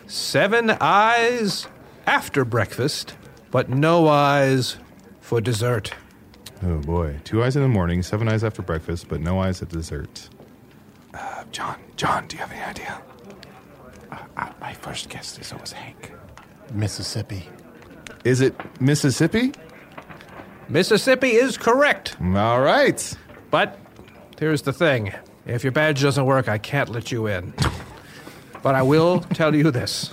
Speaker 8: Seven eyes after breakfast, but no eyes for dessert.
Speaker 7: Oh, boy. Two eyes in the morning, seven eyes after breakfast, but no eyes at dessert. Uh, John, John, do you have any idea?
Speaker 5: Mississippi.
Speaker 7: Is it Mississippi?
Speaker 8: Mississippi is correct.
Speaker 7: All right.
Speaker 8: But here's the thing if your badge doesn't work, I can't let you in. But I will tell you this.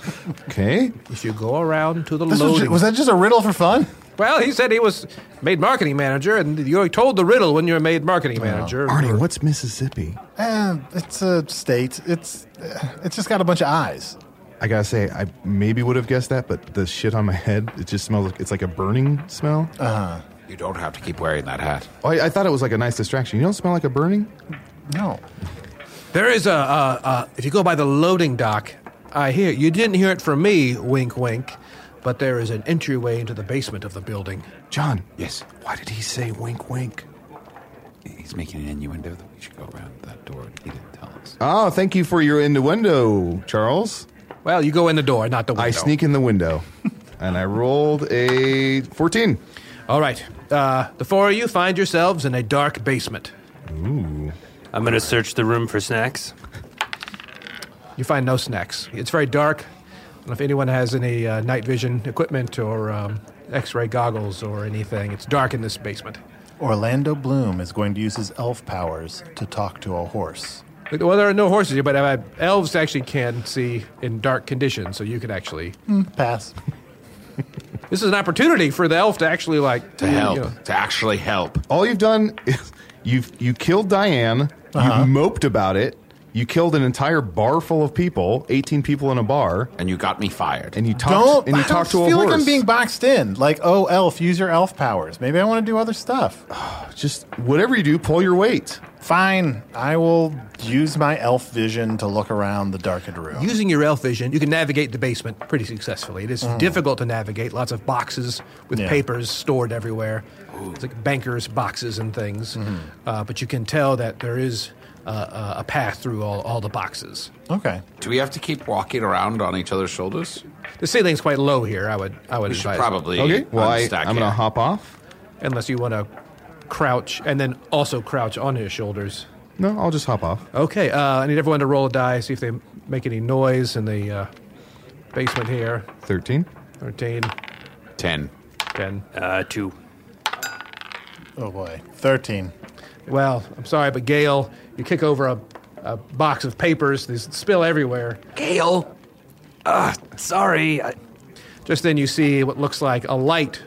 Speaker 7: Okay.
Speaker 8: If you go around to the
Speaker 5: This was,
Speaker 8: loading
Speaker 5: ju- was that just a riddle for fun?
Speaker 8: Well, he said he was made marketing manager, and you told the riddle when you were made marketing manager.
Speaker 7: Arnie, what's Mississippi?
Speaker 5: Eh, it's a state. It's eh, it's just got a bunch of eyes.
Speaker 7: I gotta say, I maybe would have guessed that, but the shit on my head, it just smells like it's like a burning smell.
Speaker 5: Uh,
Speaker 6: You don't have to keep wearing that hat.
Speaker 7: oh, I, I thought it was like a nice distraction. You don't smell like a burning?
Speaker 5: No.
Speaker 8: There is a, uh uh if you go by the loading dock, I hear, you didn't hear it from me, wink, wink, but there is an entryway into the basement of the building.
Speaker 7: John.
Speaker 6: Yes.
Speaker 7: Why did he say wink, wink?
Speaker 6: He's making an innuendo that we should go around that door and he didn't tell us.
Speaker 7: Oh, thank you for your innuendo, Charles.
Speaker 8: Well, you go in the door, not the window.
Speaker 7: I sneak in the window, and I rolled a 14.
Speaker 8: All right. Uh, the four of you find yourselves in a dark basement.
Speaker 7: Ooh.
Speaker 9: I'm going to search the room for snacks.
Speaker 8: You find no snacks. It's very dark. I don't know if anyone has any uh, night vision equipment or um, x ray goggles or anything. It's dark in this basement.
Speaker 5: Orlando Bloom is going to use his elf powers to talk to a horse.
Speaker 8: Well, there are no horses here, but uh, elves actually can see in dark conditions, so you can actually.
Speaker 5: Hmm, pass.
Speaker 8: This is an opportunity for the elf to actually like
Speaker 6: To
Speaker 8: you
Speaker 6: help.
Speaker 8: know.
Speaker 6: To actually help.
Speaker 7: All you've done is you've you killed Diane.
Speaker 5: Uh-huh.
Speaker 7: You moped about it. You killed an entire bar full of people, 18 people in a bar,
Speaker 6: And you got me fired.
Speaker 7: and you talked
Speaker 5: Don't.
Speaker 7: and you
Speaker 5: I
Speaker 7: talked to
Speaker 5: don't
Speaker 7: a
Speaker 5: feel
Speaker 7: horse.
Speaker 5: like I'm being boxed in. Like, oh, elf, use your elf powers. Maybe I want to do other stuff.
Speaker 7: Just whatever you do, pull your weight.
Speaker 5: Fine. I will use my elf vision to look around the darkened room.
Speaker 8: Using your elf vision, you can navigate the basement pretty successfully. It is difficult to navigate. Lots of boxes with
Speaker 5: Mm. Yeah.
Speaker 8: papers stored everywhere. It's like bankers' boxes and things.
Speaker 5: Mm-hmm.
Speaker 6: Hmm.
Speaker 8: Uh, but you can tell that there is uh, uh, a path through all, all the boxes.
Speaker 5: okay.
Speaker 6: Do we have to keep walking around on each other's shoulders?
Speaker 8: The ceiling's quite low here. I would I would
Speaker 6: We should
Speaker 8: advise,
Speaker 6: probably
Speaker 7: Okay. Well, I,
Speaker 6: unstack
Speaker 7: I'm going to
Speaker 6: here.
Speaker 7: hop off.
Speaker 8: unless you want to crouch and then also crouch on his shoulders.
Speaker 7: No, I'll just hop off.
Speaker 8: Okay, uh, I need everyone to roll a die, see if they make any noise in the uh, basement here.
Speaker 7: 13.
Speaker 8: 13,
Speaker 6: Ten.
Speaker 8: 10.
Speaker 9: Uh, two.
Speaker 5: Oh boy. Thirteen.
Speaker 8: Well, I'm sorry, but Gail, you kick over a, a box of papers. They spill everywhere.
Speaker 9: Gail. Ah, sorry. I,
Speaker 8: Just then, you see what looks like a light.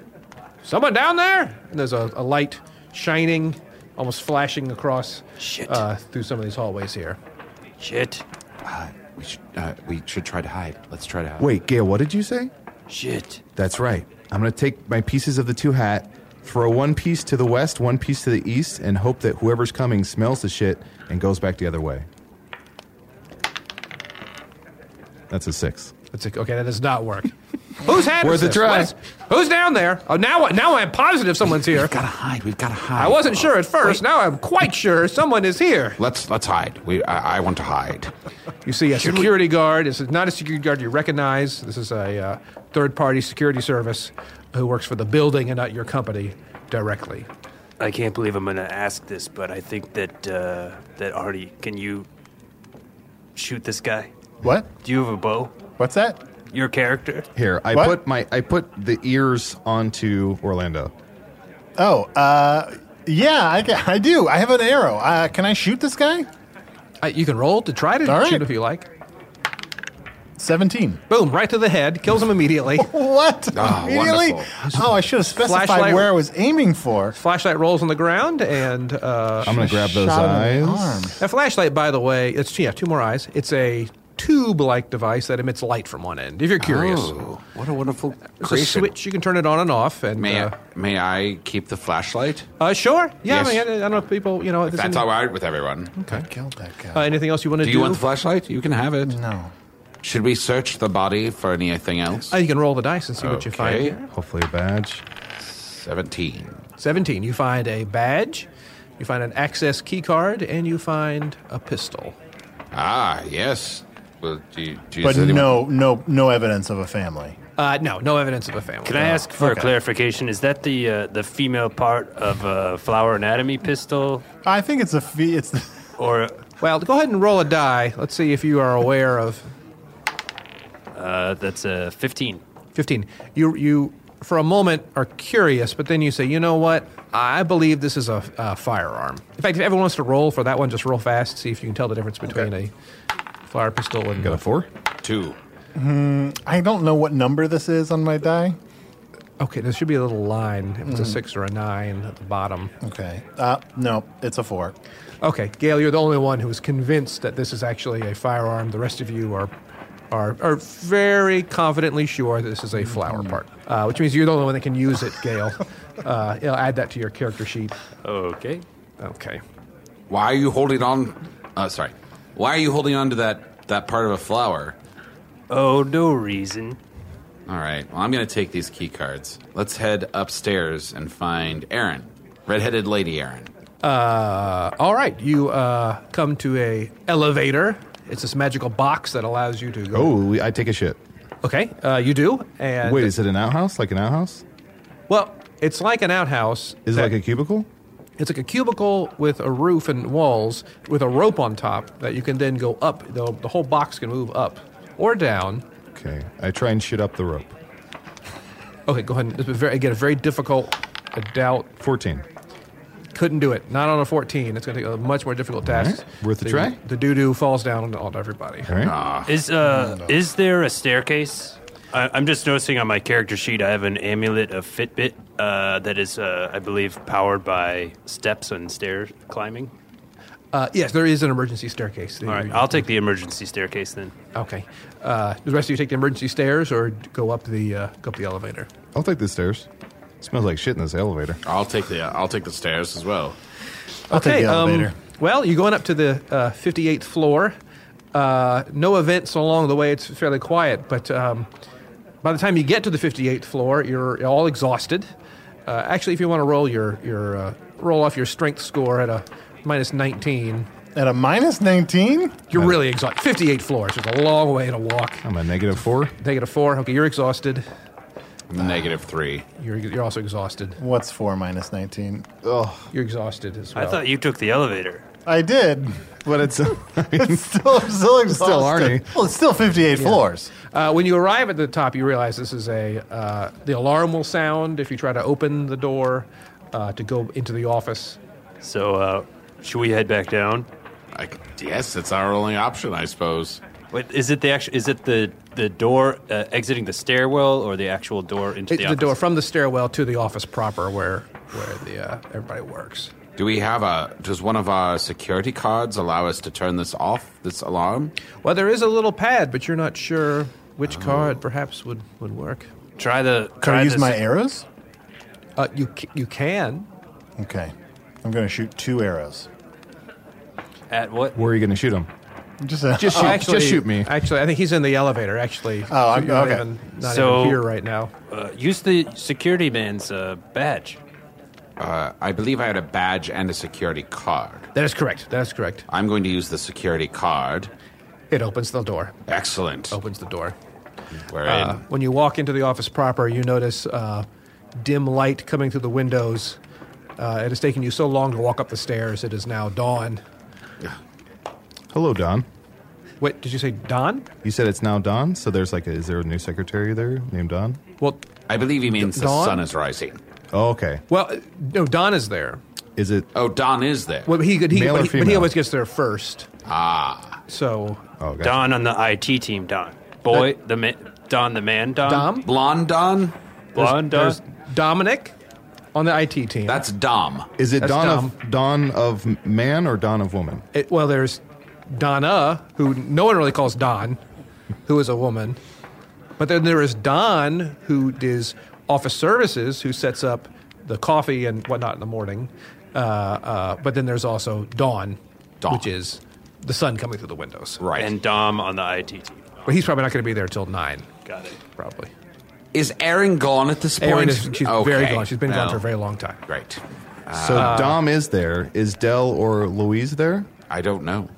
Speaker 8: Someone down there? And there's a, a light shining, almost flashing across
Speaker 9: Shit.
Speaker 8: Uh, through some of these hallways here.
Speaker 9: shit.
Speaker 6: Uh, we should uh, we should try to hide. Let's try to hide.
Speaker 7: Wait, Gail, what did you say?
Speaker 9: Shit.
Speaker 7: That's right. I'm going to take my pieces of the two hat, throw one piece to the west, one piece to the east, and hope that whoever's coming smells the shit and goes back the other way. That's a six.
Speaker 8: That's like, okay, that does not work. Who's had
Speaker 7: Worth a try.
Speaker 8: Who's down there? Oh, now, I- now I'm positive someone's here.
Speaker 6: We've got to hide. We've got to hide.
Speaker 8: I wasn't sure at first. Now I'm quite sure someone is here.
Speaker 6: Let's let's hide. We I, I want to hide.
Speaker 8: You see a security guard. This is not a security guard you recognize. This is a uh, third party security service who works for the building and not your company directly.
Speaker 9: I can't believe I'm going to ask this, but I think that uh, that Artie, can you shoot this guy?
Speaker 5: What?
Speaker 9: Do you have a bow?
Speaker 5: What's that?
Speaker 9: Your character?
Speaker 7: Here, I
Speaker 5: What?
Speaker 7: put my I put the ears onto Orlando.
Speaker 5: Oh, uh, yeah, I, ca- I do. I have an arrow. Uh, can I shoot this guy?
Speaker 8: Uh, you can roll to try to
Speaker 5: All
Speaker 8: shoot
Speaker 5: right.
Speaker 8: if you like.
Speaker 5: 17.
Speaker 8: Boom, right to the head, kills him immediately.
Speaker 5: What?
Speaker 7: Oh,
Speaker 6: Ah,
Speaker 5: Oh, Immediately?
Speaker 6: wonderful.
Speaker 5: Oh, I should have specified
Speaker 8: Flashlight.
Speaker 5: where I was aiming for.
Speaker 8: flashlight rolls on the ground, and uh,
Speaker 7: I'm going to grab those
Speaker 5: Shot in the
Speaker 7: eyes.
Speaker 5: arm.
Speaker 8: that flashlight, by the way, it's yeah, two more eyes. It's a tube like device that emits light from one end, if you're curious.
Speaker 6: Oh, what a wonderful
Speaker 8: There's
Speaker 6: creation.
Speaker 8: a switch, you can turn it on and off. And
Speaker 6: May
Speaker 8: uh,
Speaker 6: I, may I keep the flashlight?
Speaker 8: uh, sure, yeah, I,
Speaker 6: Yes.
Speaker 8: mean, I don't know if people, you know, if there's
Speaker 6: That's
Speaker 8: any-
Speaker 6: all right with everyone.
Speaker 5: I killed that
Speaker 8: uh,
Speaker 5: guy.
Speaker 8: anything else you want to
Speaker 6: Do
Speaker 8: do.
Speaker 6: you want the flashlight? You can have it.
Speaker 5: no.
Speaker 6: Should we search the body for anything else?
Speaker 8: Uh, you can roll the dice and see what you find.
Speaker 6: Okay.
Speaker 8: Here.
Speaker 7: Hopefully a badge.
Speaker 6: Seventeen.
Speaker 8: 17. You find a badge, you find an access key card, and you find a pistol.
Speaker 6: Ah, yes. Well, do you, do you
Speaker 5: But
Speaker 6: does anyone-
Speaker 5: no, no, no evidence of a family.
Speaker 8: Uh, no, no evidence of a family.
Speaker 9: Can
Speaker 7: Oh,
Speaker 9: I ask for
Speaker 5: okay.
Speaker 9: clarification? Is that the uh, the female part of uh, Flower Anatomy pistol,
Speaker 5: I think it's a fee. It's
Speaker 9: or
Speaker 8: Well, go ahead and roll a die. Let's see if you are aware of
Speaker 9: uh, that's a fifteen?
Speaker 8: 15. You you for a moment are curious, but then you say, you know what? I believe this is a, a firearm. In fact, if everyone wants to roll for that one, just roll fast, see if you can tell the difference between a fire pistol and. Got a
Speaker 7: four?
Speaker 6: Two.
Speaker 5: Hmm, I don't know what number this is on my die.
Speaker 8: Okay, there should be a little line if it's a
Speaker 5: Mhm.
Speaker 8: six or a nine at the bottom.
Speaker 5: Okay. Uh, no, it's a four.
Speaker 8: Okay, Gail, you're the only one who is convinced that this is actually a firearm. The rest of you are are, are very confidently sure that this is a
Speaker 5: Mm-hmm.
Speaker 8: flower part, uh, which means you're the only one that can use it, Gail. uh, I'll add that to your character sheet.
Speaker 9: Okay.
Speaker 8: Okay.
Speaker 6: Why are you holding on? Uh, sorry. Why are you holding on to that, that part of a flower?
Speaker 9: Oh, no reason.
Speaker 6: All right. Well, I'm going to take these key cards. Let's head upstairs and find Erin, redheaded lady Erin.
Speaker 8: Uh, all right, you uh, come to a elevator. It's this magical box that allows you to go.
Speaker 7: Oh, we- I take a shit.
Speaker 8: Okay, uh, you do. And
Speaker 7: Wait, is it an outhouse? Like an outhouse?
Speaker 8: Well, it's like an outhouse.
Speaker 7: Is it like a cubicle?
Speaker 8: It's like a cubicle with a roof and walls with a rope on top that you can then go up. The, the whole box can move up or down.
Speaker 7: Okay. I try and shit up the rope.
Speaker 8: Okay, go ahead. and- This was very, again, a very difficult I doubt.
Speaker 7: 14.
Speaker 8: Couldn't do it. Not on a 14. It's going to take a much more difficult task.
Speaker 7: right, worth a
Speaker 8: the,
Speaker 7: try.
Speaker 8: The doo doo falls down on, on everybody.
Speaker 9: Is uh is there a staircase? I, I'm just noticing on my character sheet I have an amulet of Fitbit uh, that is uh, I believe powered by steps and stair climbing.
Speaker 8: Uh, yes, there is an emergency staircase.
Speaker 9: All right, I'll take the emergency staircase then.
Speaker 8: Okay. Uh, the rest of you take the emergency stairs or go up the uh, go up the elevator.
Speaker 7: I'll take the stairs. smells like shit in this elevator.
Speaker 6: I'll take the I'll take the stairs as well.
Speaker 7: I'll take the elevator.
Speaker 8: um, well, you're going up to the uh, 58th floor. Uh, no events along the way. It's fairly quiet, but um, by the time you get to the 58th floor, you're all exhausted. Uh, actually, if you want to roll your your uh, roll off your strength score at a minus 19,
Speaker 5: At a minus 19?
Speaker 8: you're really exhausted. 58 floors. It's a long way to walk.
Speaker 7: I'm a negative four.
Speaker 8: Negative four. Okay, you're exhausted. Ah.
Speaker 6: Negative three.
Speaker 8: You're you're also exhausted.
Speaker 5: What's four minus 19?
Speaker 8: Oh, you're exhausted as well.
Speaker 9: I thought you took the elevator.
Speaker 5: I did.
Speaker 7: But it's,
Speaker 5: it's still, I'm still exhausted.
Speaker 8: still Arnie.
Speaker 5: Well, it's still 58
Speaker 8: Yeah.
Speaker 5: floors.
Speaker 8: Uh, when you arrive at the top, you realize this is a. Uh, the alarm will sound if you try to open the door uh, to go into the office.
Speaker 9: So uh, should we head back down?
Speaker 6: I, yes, it's our only option, I suppose.
Speaker 9: Wait, is it the actual, is it the the door uh, exiting the stairwell or the actual door into
Speaker 8: It's
Speaker 9: the,
Speaker 8: the,
Speaker 9: office?
Speaker 8: door from the stairwell to the office proper, where where the uh, everybody works.
Speaker 6: Do we have a? Does one of our security cards allow us to turn this off? This alarm?
Speaker 8: Well, there is a little pad, but you're not sure which card perhaps would, would work.
Speaker 9: Try the.
Speaker 5: Can I use my arrows?
Speaker 8: Uh, you c- you can.
Speaker 5: Okay. I'm going to shoot two arrows.
Speaker 9: At what?
Speaker 7: Where are you going to shoot him?
Speaker 5: Just, uh,
Speaker 8: Oh, actually- Actually, I think he's in the elevator. Actually,
Speaker 5: Oh, I'm-
Speaker 8: you're not
Speaker 5: okay.
Speaker 8: even- not
Speaker 9: So-
Speaker 8: even here right now.
Speaker 9: Uh, use the security man's uh, badge.
Speaker 6: Uh, I believe I had a badge and a security card.
Speaker 8: That is correct. That is correct.
Speaker 6: I'm going to use the security card.
Speaker 8: It opens the door.
Speaker 6: Excellent.
Speaker 8: Opens the door.
Speaker 6: We're
Speaker 8: Uh,
Speaker 6: in.
Speaker 8: when you walk into the office proper, you notice uh, dim light coming through the windows. Uh, it has taken you so long to walk up the stairs. It is now dawn.
Speaker 7: Hello, Don.
Speaker 8: Wait, did you say Don?
Speaker 7: You said it's now Don, so there's like, a, is there a new secretary there named Don?
Speaker 8: Well,
Speaker 6: I believe he means the
Speaker 8: Dawn?
Speaker 6: sun is rising.
Speaker 7: Oh, okay.
Speaker 8: Well, uh, no, Don is there.
Speaker 7: Is it?
Speaker 6: Oh, Don is there.
Speaker 8: Well, he could. He,
Speaker 6: Male
Speaker 8: but
Speaker 6: or
Speaker 8: he, but he
Speaker 6: female?
Speaker 8: always gets there first.
Speaker 6: Ah.
Speaker 8: So.
Speaker 7: Oh,
Speaker 9: Don on the IT team. Don boy. the ma- Don the man. Don.
Speaker 8: Dom?
Speaker 6: Blonde Don.
Speaker 9: uh, Blonde uh, Don.
Speaker 8: There's Dominic on the IT team.
Speaker 6: That's Dom.
Speaker 7: Is it
Speaker 8: That's
Speaker 7: Don
Speaker 8: Dom.
Speaker 7: of Don of man or Don of woman?
Speaker 8: It, well, there's Donna, who no one really calls Don, who is a woman. But then there is Don, who is office services, who sets up the coffee and whatnot in the morning. Uh, uh, but then there's also Dawn, which is the sun coming through the windows.
Speaker 6: Right.
Speaker 9: And Dom on the IT team.
Speaker 8: But he's probably not going to be there till nine.
Speaker 9: Got it.
Speaker 8: Probably.
Speaker 6: Is Erin gone at this point?
Speaker 8: Erin is she's very
Speaker 6: Okay.
Speaker 8: gone. She's been gone
Speaker 6: Well,
Speaker 8: for a very long time.
Speaker 6: Great.
Speaker 7: so
Speaker 8: Ah.
Speaker 6: Uh,
Speaker 7: Dom is there. Is Dell or Louise there?
Speaker 6: I don't know.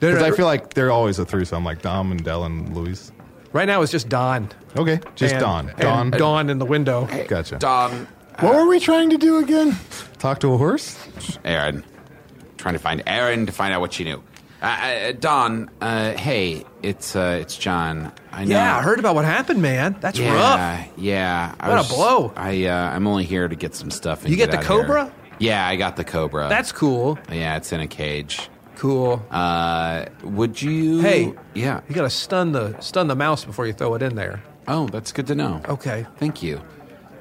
Speaker 7: Because
Speaker 8: They're-
Speaker 7: I feel like they're always a threesome, like Dom and Dell and Louise.
Speaker 8: Right now it's just Don.
Speaker 7: Okay, just
Speaker 8: And-
Speaker 7: Don.
Speaker 8: and
Speaker 7: Don.
Speaker 8: Dawn in the window.
Speaker 7: Gotcha.
Speaker 6: Don.
Speaker 5: What were we trying to do again?
Speaker 7: Talk to a horse?
Speaker 6: Aaron. Trying to find Aaron to find out what she knew. Uh, uh, Don, uh, hey, it's uh, it's John. I know.
Speaker 8: Yeah, I heard about what happened, man. That's
Speaker 6: yeah,
Speaker 8: rough.
Speaker 6: Yeah. I
Speaker 8: What a
Speaker 6: was-
Speaker 8: blow.
Speaker 6: I uh, I'm only here to get some stuff. And
Speaker 8: You get
Speaker 6: get
Speaker 8: the
Speaker 6: out of here.
Speaker 8: Cobra?
Speaker 6: Yeah, I got the cobra.
Speaker 8: That's cool.
Speaker 6: yeah, it's in a cage.
Speaker 8: Cool.
Speaker 6: Uh, would you?
Speaker 8: Hey,
Speaker 6: yeah.
Speaker 8: You gotta stun the stun the mouse before you throw it in there.
Speaker 6: Oh, that's good to know.
Speaker 8: Okay.
Speaker 6: Thank you.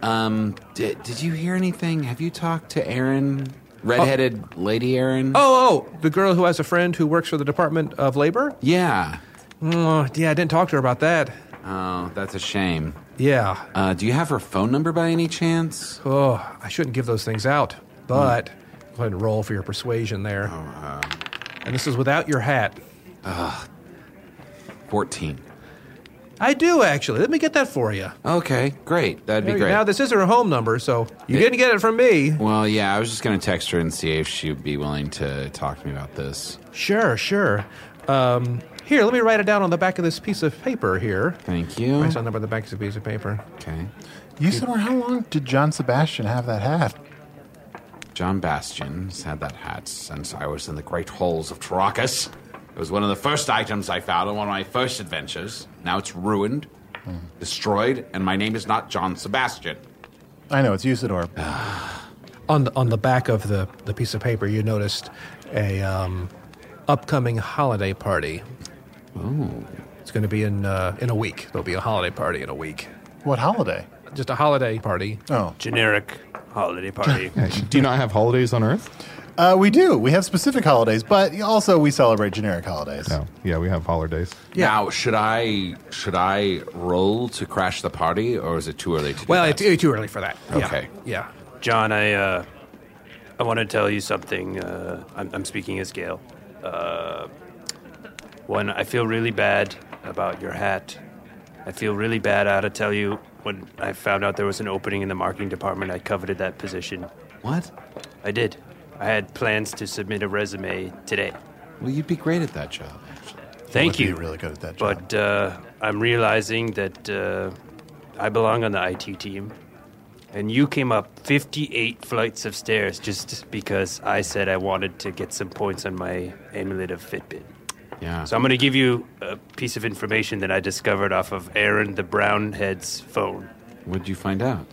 Speaker 6: Um, did, did you hear anything? Have you talked to Aaron, redheaded lady Aaron?
Speaker 8: Oh, oh, the girl who has a friend who works for the Department of Labor.
Speaker 6: Yeah.
Speaker 8: Mm, yeah, I didn't talk to her about that.
Speaker 6: Oh, that's a shame.
Speaker 8: Yeah.
Speaker 6: Uh, do you have her phone number by any chance? Hmm.
Speaker 8: Oh, I shouldn't give those things out, but go ahead and roll for your persuasion there. and this is without your hat.
Speaker 6: Oh, uh, Ugh. 14.
Speaker 8: I do actually. Let me get that for you.
Speaker 6: Okay, great. That'd be
Speaker 8: There you-
Speaker 6: great.
Speaker 8: Now this is her home number, so you didn't get it from me.
Speaker 6: Well, yeah, I was just going to text her and see if she would be willing to talk to me about this.
Speaker 8: Sure, sure. Um, here, let me write it down on the back of this piece of paper here.
Speaker 6: Thank you.
Speaker 8: My son number on the back of the piece of paper.
Speaker 6: Okay.
Speaker 5: You said, how long did John Sebastian have that hat?
Speaker 6: John Bastion's had that hat since I was in the great halls of Tarakas. It was one of the first items I found on one of my first adventures. Now it's ruined, destroyed, and my name is not John Sebastian.
Speaker 5: I know it's Usador.
Speaker 6: Ah.
Speaker 8: On the, on the back of the, the piece of paper, you noticed a um, upcoming holiday party.
Speaker 6: Oh.
Speaker 8: It's going to be in uh, in a week. There'll be a holiday party in a week.
Speaker 5: What holiday?
Speaker 8: Just a holiday party.
Speaker 5: Oh.
Speaker 9: Generic holiday party.
Speaker 5: Do you not have holidays on Earth? Uh, we do. We have specific holidays, but also we celebrate generic holidays. No.
Speaker 7: Oh, Yeah, we have holidays.
Speaker 6: Now, should I should I roll to crash the party, or is it too early to do
Speaker 8: Well,
Speaker 6: that?
Speaker 8: it's it's too early for that. Yeah.
Speaker 6: Okay.
Speaker 8: Yeah.
Speaker 9: John, I uh, I want to tell you something. Uh, I'm, I'm speaking as Gail. Uh, one, I feel really bad about your hat. I feel really bad. I ought to tell you when I found out there was an opening in the marketing department, I coveted that position.
Speaker 6: What?
Speaker 9: I did. I had plans to submit a resume today.
Speaker 6: Well, you'd be great at that job.
Speaker 9: Thank
Speaker 5: would
Speaker 9: you.
Speaker 5: Be really good at that job.
Speaker 9: But uh, I'm realizing that uh, I belong on the IT team. And you came up 58 flights of stairs just because I said I wanted to get some points on my amulet of Fitbit.
Speaker 6: Yeah.
Speaker 9: So I'm going to give you a piece of information that I discovered off of Aaron the Brownhead's phone.
Speaker 6: What'd you find out?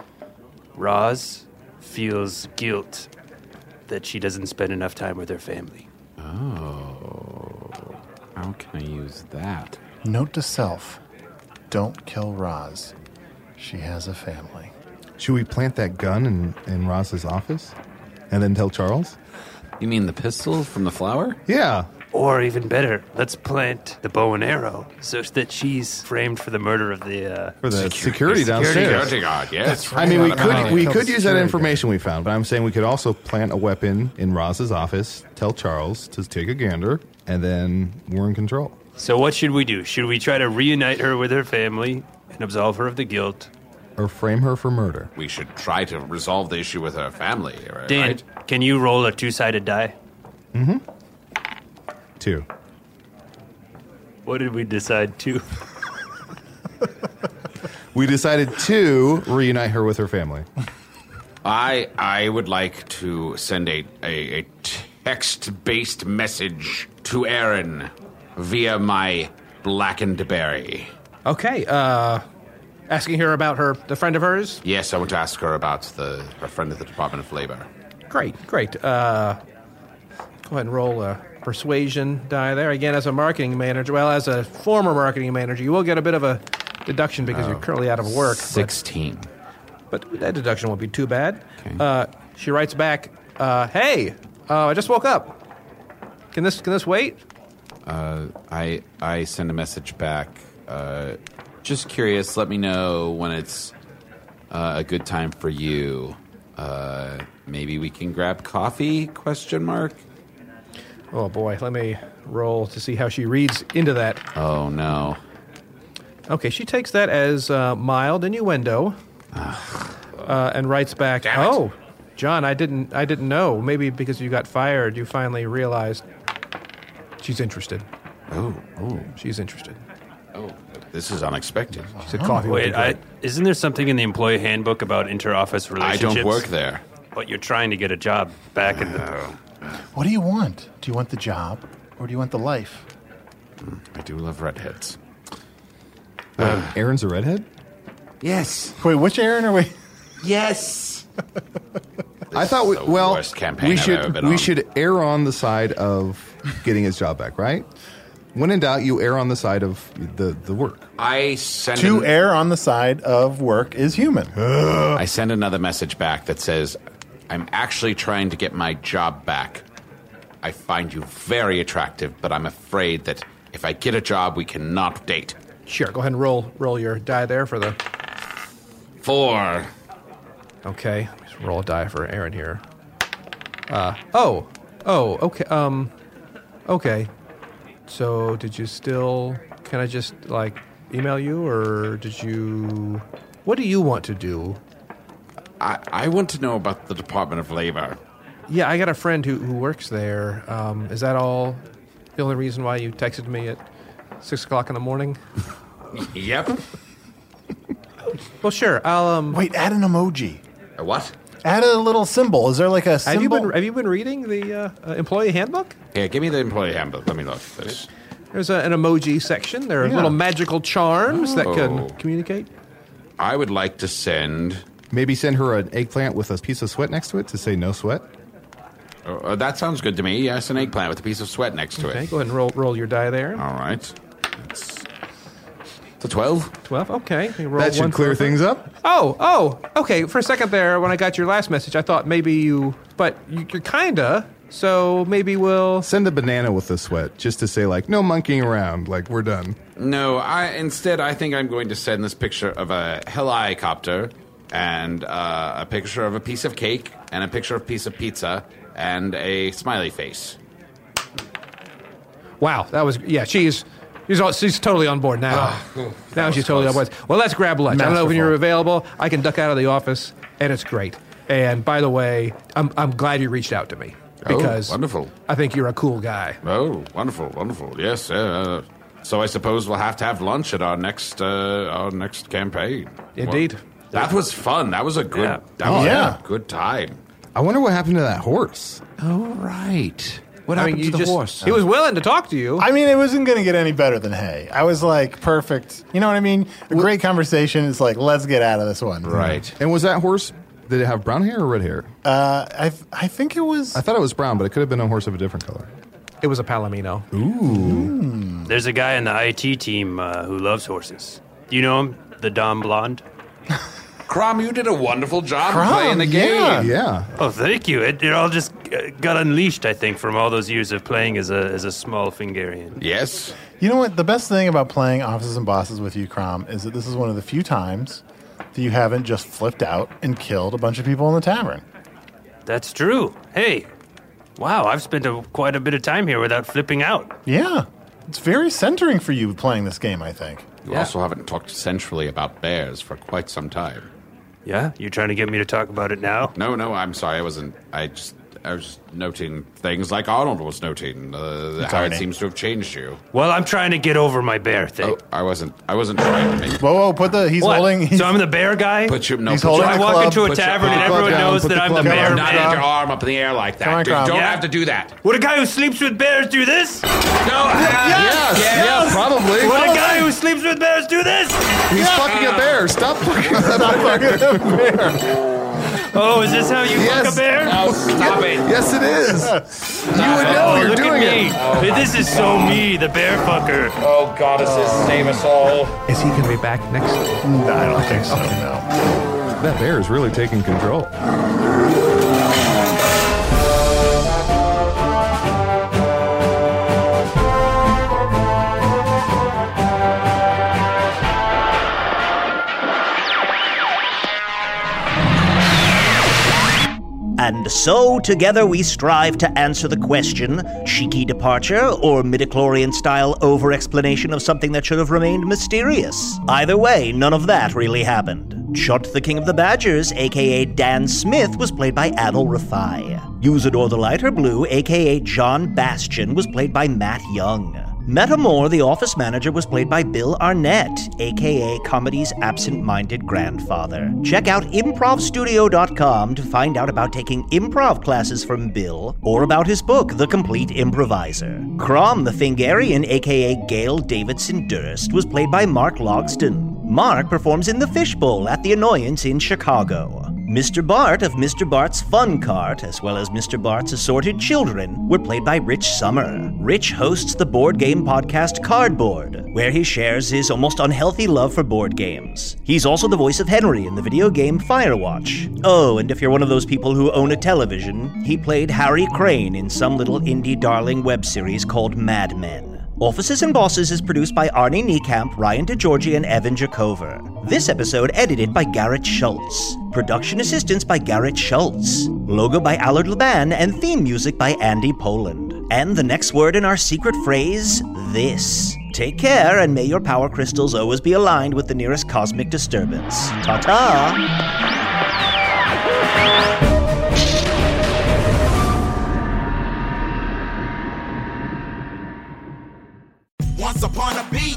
Speaker 9: Roz feels guilt that she doesn't spend enough time with her family.
Speaker 6: Oh, how can I use that?
Speaker 5: Note to self don't kill Roz. She has a family.
Speaker 7: Should we plant that gun in, in Ross's office and then tell Charles?
Speaker 6: You mean the pistol from the flower?
Speaker 7: Yeah.
Speaker 9: Or even better, let's plant the bow and arrow so that she's framed for the murder of the uh,
Speaker 7: For the security, downstairs.
Speaker 6: Security guard, yes. That's
Speaker 7: I mean,
Speaker 6: right.
Speaker 7: we
Speaker 6: Not
Speaker 7: could
Speaker 6: about
Speaker 7: we
Speaker 6: it.
Speaker 7: could use that
Speaker 6: Security
Speaker 7: information we found, but I'm saying we could also plant a weapon in Ross's office, tell Charles to take a gander, and then we're in control.
Speaker 9: So what should we do? Should we try to reunite her with her family and absolve her of the guilt?
Speaker 7: Or frame her for murder.
Speaker 6: We should try to resolve the issue with her family, right?
Speaker 9: Dan, can you roll a two-sided die?
Speaker 7: Mm-hmm. Two.
Speaker 9: What did we decide to?
Speaker 7: We decided to reunite her with her family.
Speaker 6: I I would like to send a a, a text based message to Aaron via my blackened berry.
Speaker 8: Okay. Uh, asking her about her the friend of hers.
Speaker 6: Yes, I want to ask her about the her friend at the Department of Labor.
Speaker 8: Great, great. Uh, go ahead and roll a persuasion die there. Again, as a marketing manager, well, as a former marketing manager, you will get a bit of a deduction because you're currently out of work.
Speaker 6: Sixteen.
Speaker 8: But, but that deduction won't be too bad. Uh, she writes back, uh, "Hey, uh, I just woke up. Can this can this wait?
Speaker 6: Uh, I I send a message back. Uh, just curious. Let me know when it's uh, a good time for you. Uh, maybe we can grab coffee? Question mark.
Speaker 8: Oh boy, let me roll to see how she reads into that.
Speaker 6: Oh no.
Speaker 8: Okay, she takes that as uh, mild innuendo, uh, and writes back, "Oh, John, I didn't, I didn't know. Maybe because you got fired, you finally realized she's interested.
Speaker 6: Oh, oh,
Speaker 8: she's interested.
Speaker 6: Oh, this is unexpected. She
Speaker 8: said coffee. would be
Speaker 9: Wait, I,
Speaker 8: good.
Speaker 9: isn't there something in the employee handbook about interoffice
Speaker 6: I
Speaker 9: relationships?
Speaker 6: don't work there.
Speaker 9: But you're trying to get a job back in the.
Speaker 5: What do you want? Do you want the job? or do you want the life?
Speaker 6: I do love redheads.
Speaker 7: Uh, Aaron's a redhead?
Speaker 5: Yes. Wait, which Aaron are we?
Speaker 7: Yes. I thought we, well,
Speaker 6: campaign
Speaker 7: we
Speaker 6: I've
Speaker 7: should
Speaker 6: ever been
Speaker 7: we
Speaker 6: on.
Speaker 7: should err on the side of getting his job back, right? When in doubt, you err on the side of the the work.
Speaker 6: I send
Speaker 5: to
Speaker 6: an-
Speaker 5: err on the side of work is human.
Speaker 6: I send another message back that says, I'm actually trying to get my job back. I find you very attractive, but I'm afraid that if I get a job, we cannot date.
Speaker 8: Sure, go ahead and roll roll your die there for the.
Speaker 6: Four.
Speaker 8: Okay, let me just roll a die for Aaron here. Uh, oh, oh, okay, um, okay. So did you still? Can I just like email you, or did you? What do you want to do?
Speaker 6: I, I want to know about the Department of Labor.
Speaker 8: Yeah, I got a friend who, who works there. Um, is that all? The only reason why you texted me at six o'clock in the morning?
Speaker 6: Yep.
Speaker 8: Well, sure. I'll um.
Speaker 5: Wait, add an emoji.
Speaker 6: What?
Speaker 5: Add a little symbol. Is there like a symbol?
Speaker 8: Have you been Have you been reading the uh, uh, employee handbook?
Speaker 6: Here, give me the employee handbook. Let me look at this.
Speaker 8: There's a, an emoji section. There are
Speaker 6: Yeah.
Speaker 8: little magical charms that
Speaker 6: Oh.
Speaker 8: can communicate.
Speaker 6: I would like to send.
Speaker 7: Maybe send her an eggplant with a piece of sweat next to it to say no sweat.
Speaker 6: Uh, uh, that sounds good to me. Yes, an eggplant with a piece of sweat next to
Speaker 8: Okay,
Speaker 6: it.
Speaker 8: go ahead and roll roll your die there.
Speaker 6: All right. It's, it's a 12.
Speaker 8: Twelve. Okay, you roll
Speaker 7: That should
Speaker 8: one
Speaker 7: clear
Speaker 8: for-
Speaker 7: things up.
Speaker 8: Oh, oh, okay. For a second there, when I got your last message, I thought maybe you, but you, you're kinda. So maybe we'll.
Speaker 7: Send a banana with the sweat just to say like no monkeying around. Like we're done.
Speaker 6: No, I instead I think I'm going to send this picture of a helicopter and uh, a picture of a piece of cake and a picture of a piece of pizza and a smiley face.
Speaker 8: Wow, that was yeah. She's she's all, she's totally on board now.
Speaker 6: Ah,
Speaker 8: now she's totally on board. Well, let's grab lunch. I don't know when
Speaker 5: Masterful.
Speaker 8: you're available. I can duck out of the office, and it's great. And by the way, I'm I'm glad you reached out to me
Speaker 6: Oh,
Speaker 8: because
Speaker 6: wonderful.
Speaker 8: I think you're a cool guy.
Speaker 6: Oh, wonderful, wonderful. Yes. Uh, so I suppose we'll have to have lunch at our next uh, our next campaign.
Speaker 8: Indeed.
Speaker 6: Well, that was fun. That was a good.
Speaker 8: Yeah.
Speaker 6: That
Speaker 7: Oh,
Speaker 6: was
Speaker 7: yeah.
Speaker 6: a good time.
Speaker 7: I wonder what happened to that horse.
Speaker 6: Oh right. What
Speaker 8: I mean, you just he was willing to talk to you.
Speaker 5: I mean, it wasn't going to get any better than hey. I was like, perfect. You know what I mean? A great conversation. It's like, let's get out of this one.
Speaker 6: Right.
Speaker 7: And was that horse? Did it have brown hair or red hair?
Speaker 5: Uh, I I think it was.
Speaker 7: I thought it was brown, but it could have been a horse of a different color.
Speaker 8: It was a Palomino.
Speaker 5: Mm.
Speaker 9: There's a guy in the IT team uh, who loves horses. Do you know him? The Dom Blonde.
Speaker 6: Crom, you did a wonderful job
Speaker 5: Crom,
Speaker 6: playing the game.
Speaker 5: yeah.
Speaker 7: Yeah.
Speaker 9: Oh, thank you. It, it all just uh, got unleashed, I think, from all those years of playing as a as a small Fingarian.
Speaker 6: Yes.
Speaker 5: You know what? The best thing about playing offices and bosses with you, Crom, is that this is one of the few times that you haven't just flipped out and killed a bunch of people in the tavern.
Speaker 9: That's true. Hey, wow, I've spent a, quite a bit of time here without flipping out.
Speaker 5: Yeah, it's very centering for you playing this game. I think.
Speaker 6: You also haven't talked centrally about bears for quite some time.
Speaker 9: Yeah, you're trying to get me to talk about it now.
Speaker 6: No, no, I'm sorry. I wasn't. I just. I was noting things like Arnold was noting uh, how it
Speaker 5: Arnie.
Speaker 6: seems to have changed you.
Speaker 9: Well, I'm trying to get over my bear thing.
Speaker 6: Oh, I wasn't. I wasn't trying to make.
Speaker 5: Whoa, whoa! Put the he's
Speaker 9: What?
Speaker 5: holding. He's,
Speaker 9: so I'm the bear guy.
Speaker 6: Put your no.
Speaker 5: He's
Speaker 6: put
Speaker 5: holding
Speaker 6: your-
Speaker 9: I
Speaker 5: the
Speaker 9: walk
Speaker 5: club,
Speaker 9: into a
Speaker 5: put your-
Speaker 9: tavern and
Speaker 7: put your
Speaker 9: everyone
Speaker 7: club down,
Speaker 9: knows
Speaker 7: put
Speaker 9: that
Speaker 7: the
Speaker 9: I'm the
Speaker 7: club down.
Speaker 9: bear
Speaker 6: Not
Speaker 9: man.
Speaker 6: had your arm up in the air like that.
Speaker 5: Come on,
Speaker 6: Dude,
Speaker 5: Crown.
Speaker 6: don't
Speaker 9: Yeah.
Speaker 6: have to do that.
Speaker 9: Would a guy who sleeps with bears do this?
Speaker 6: No. uh,
Speaker 7: Yes. Yeah. Probably.
Speaker 9: Would a guy who sleeps with bears do this?
Speaker 7: He's fucking a bear. Stop fucking that bear.
Speaker 9: Oh, is this how you fuck
Speaker 7: Yes.
Speaker 9: a bear?
Speaker 6: No, stop it.
Speaker 7: Yes, it is. you would know.
Speaker 9: Oh,
Speaker 7: You're
Speaker 9: look
Speaker 7: doing
Speaker 9: at me.
Speaker 7: it.
Speaker 9: Hey, this is so me, the bear fucker.
Speaker 6: Oh, goddesses, save us all.
Speaker 8: Is he gonna be back next?
Speaker 5: No, Mm, I don't think so. No.
Speaker 7: That bear is really taking control.
Speaker 16: And so together we strive to answer the question cheeky departure or midichlorian style over explanation of something that should have remained mysterious. Either way, none of that really happened. Chunt the King of the Badgers, aka Dan Smith, was played by Adol Rafai. Usador the Lighter Blue, aka John Bastion, was played by Matt Young. Meta Moore, the office manager, was played by Bill Arnett, aka comedy's absent minded grandfather. Check out improvstudio.com to find out about taking improv classes from Bill or about his book, The Complete Improviser. Crom the Fingarian, aka Gail Davidson Durst, was played by Mark Logston. Mark performs in The Fishbowl at The Annoyance in Chicago. Mr. Bart of Mr. Bart's Fun Cart, as well as Mr. Bart's Assorted Children, were played by Rich Summer. Rich hosts the board game podcast Cardboard, where he shares his almost unhealthy love for board games. He's also the voice of Henry in the video game Firewatch. Oh, and if you're one of those people who own a television, he played Harry Crane in some little indie darling web series called Mad Men. Offices and Bosses is produced by Arnie Niekamp, Ryan DeGiorgi, and Evan Jacover. This episode edited by Garrett Schultz. Production assistance by Garrett Schultz. Logo by Allard Leban and theme music by Andy Poland. And the next word in our secret phrase, this. Take care and may your power crystals always be aligned with the nearest cosmic disturbance. Ta-ta!
Speaker 17: Once upon a beat.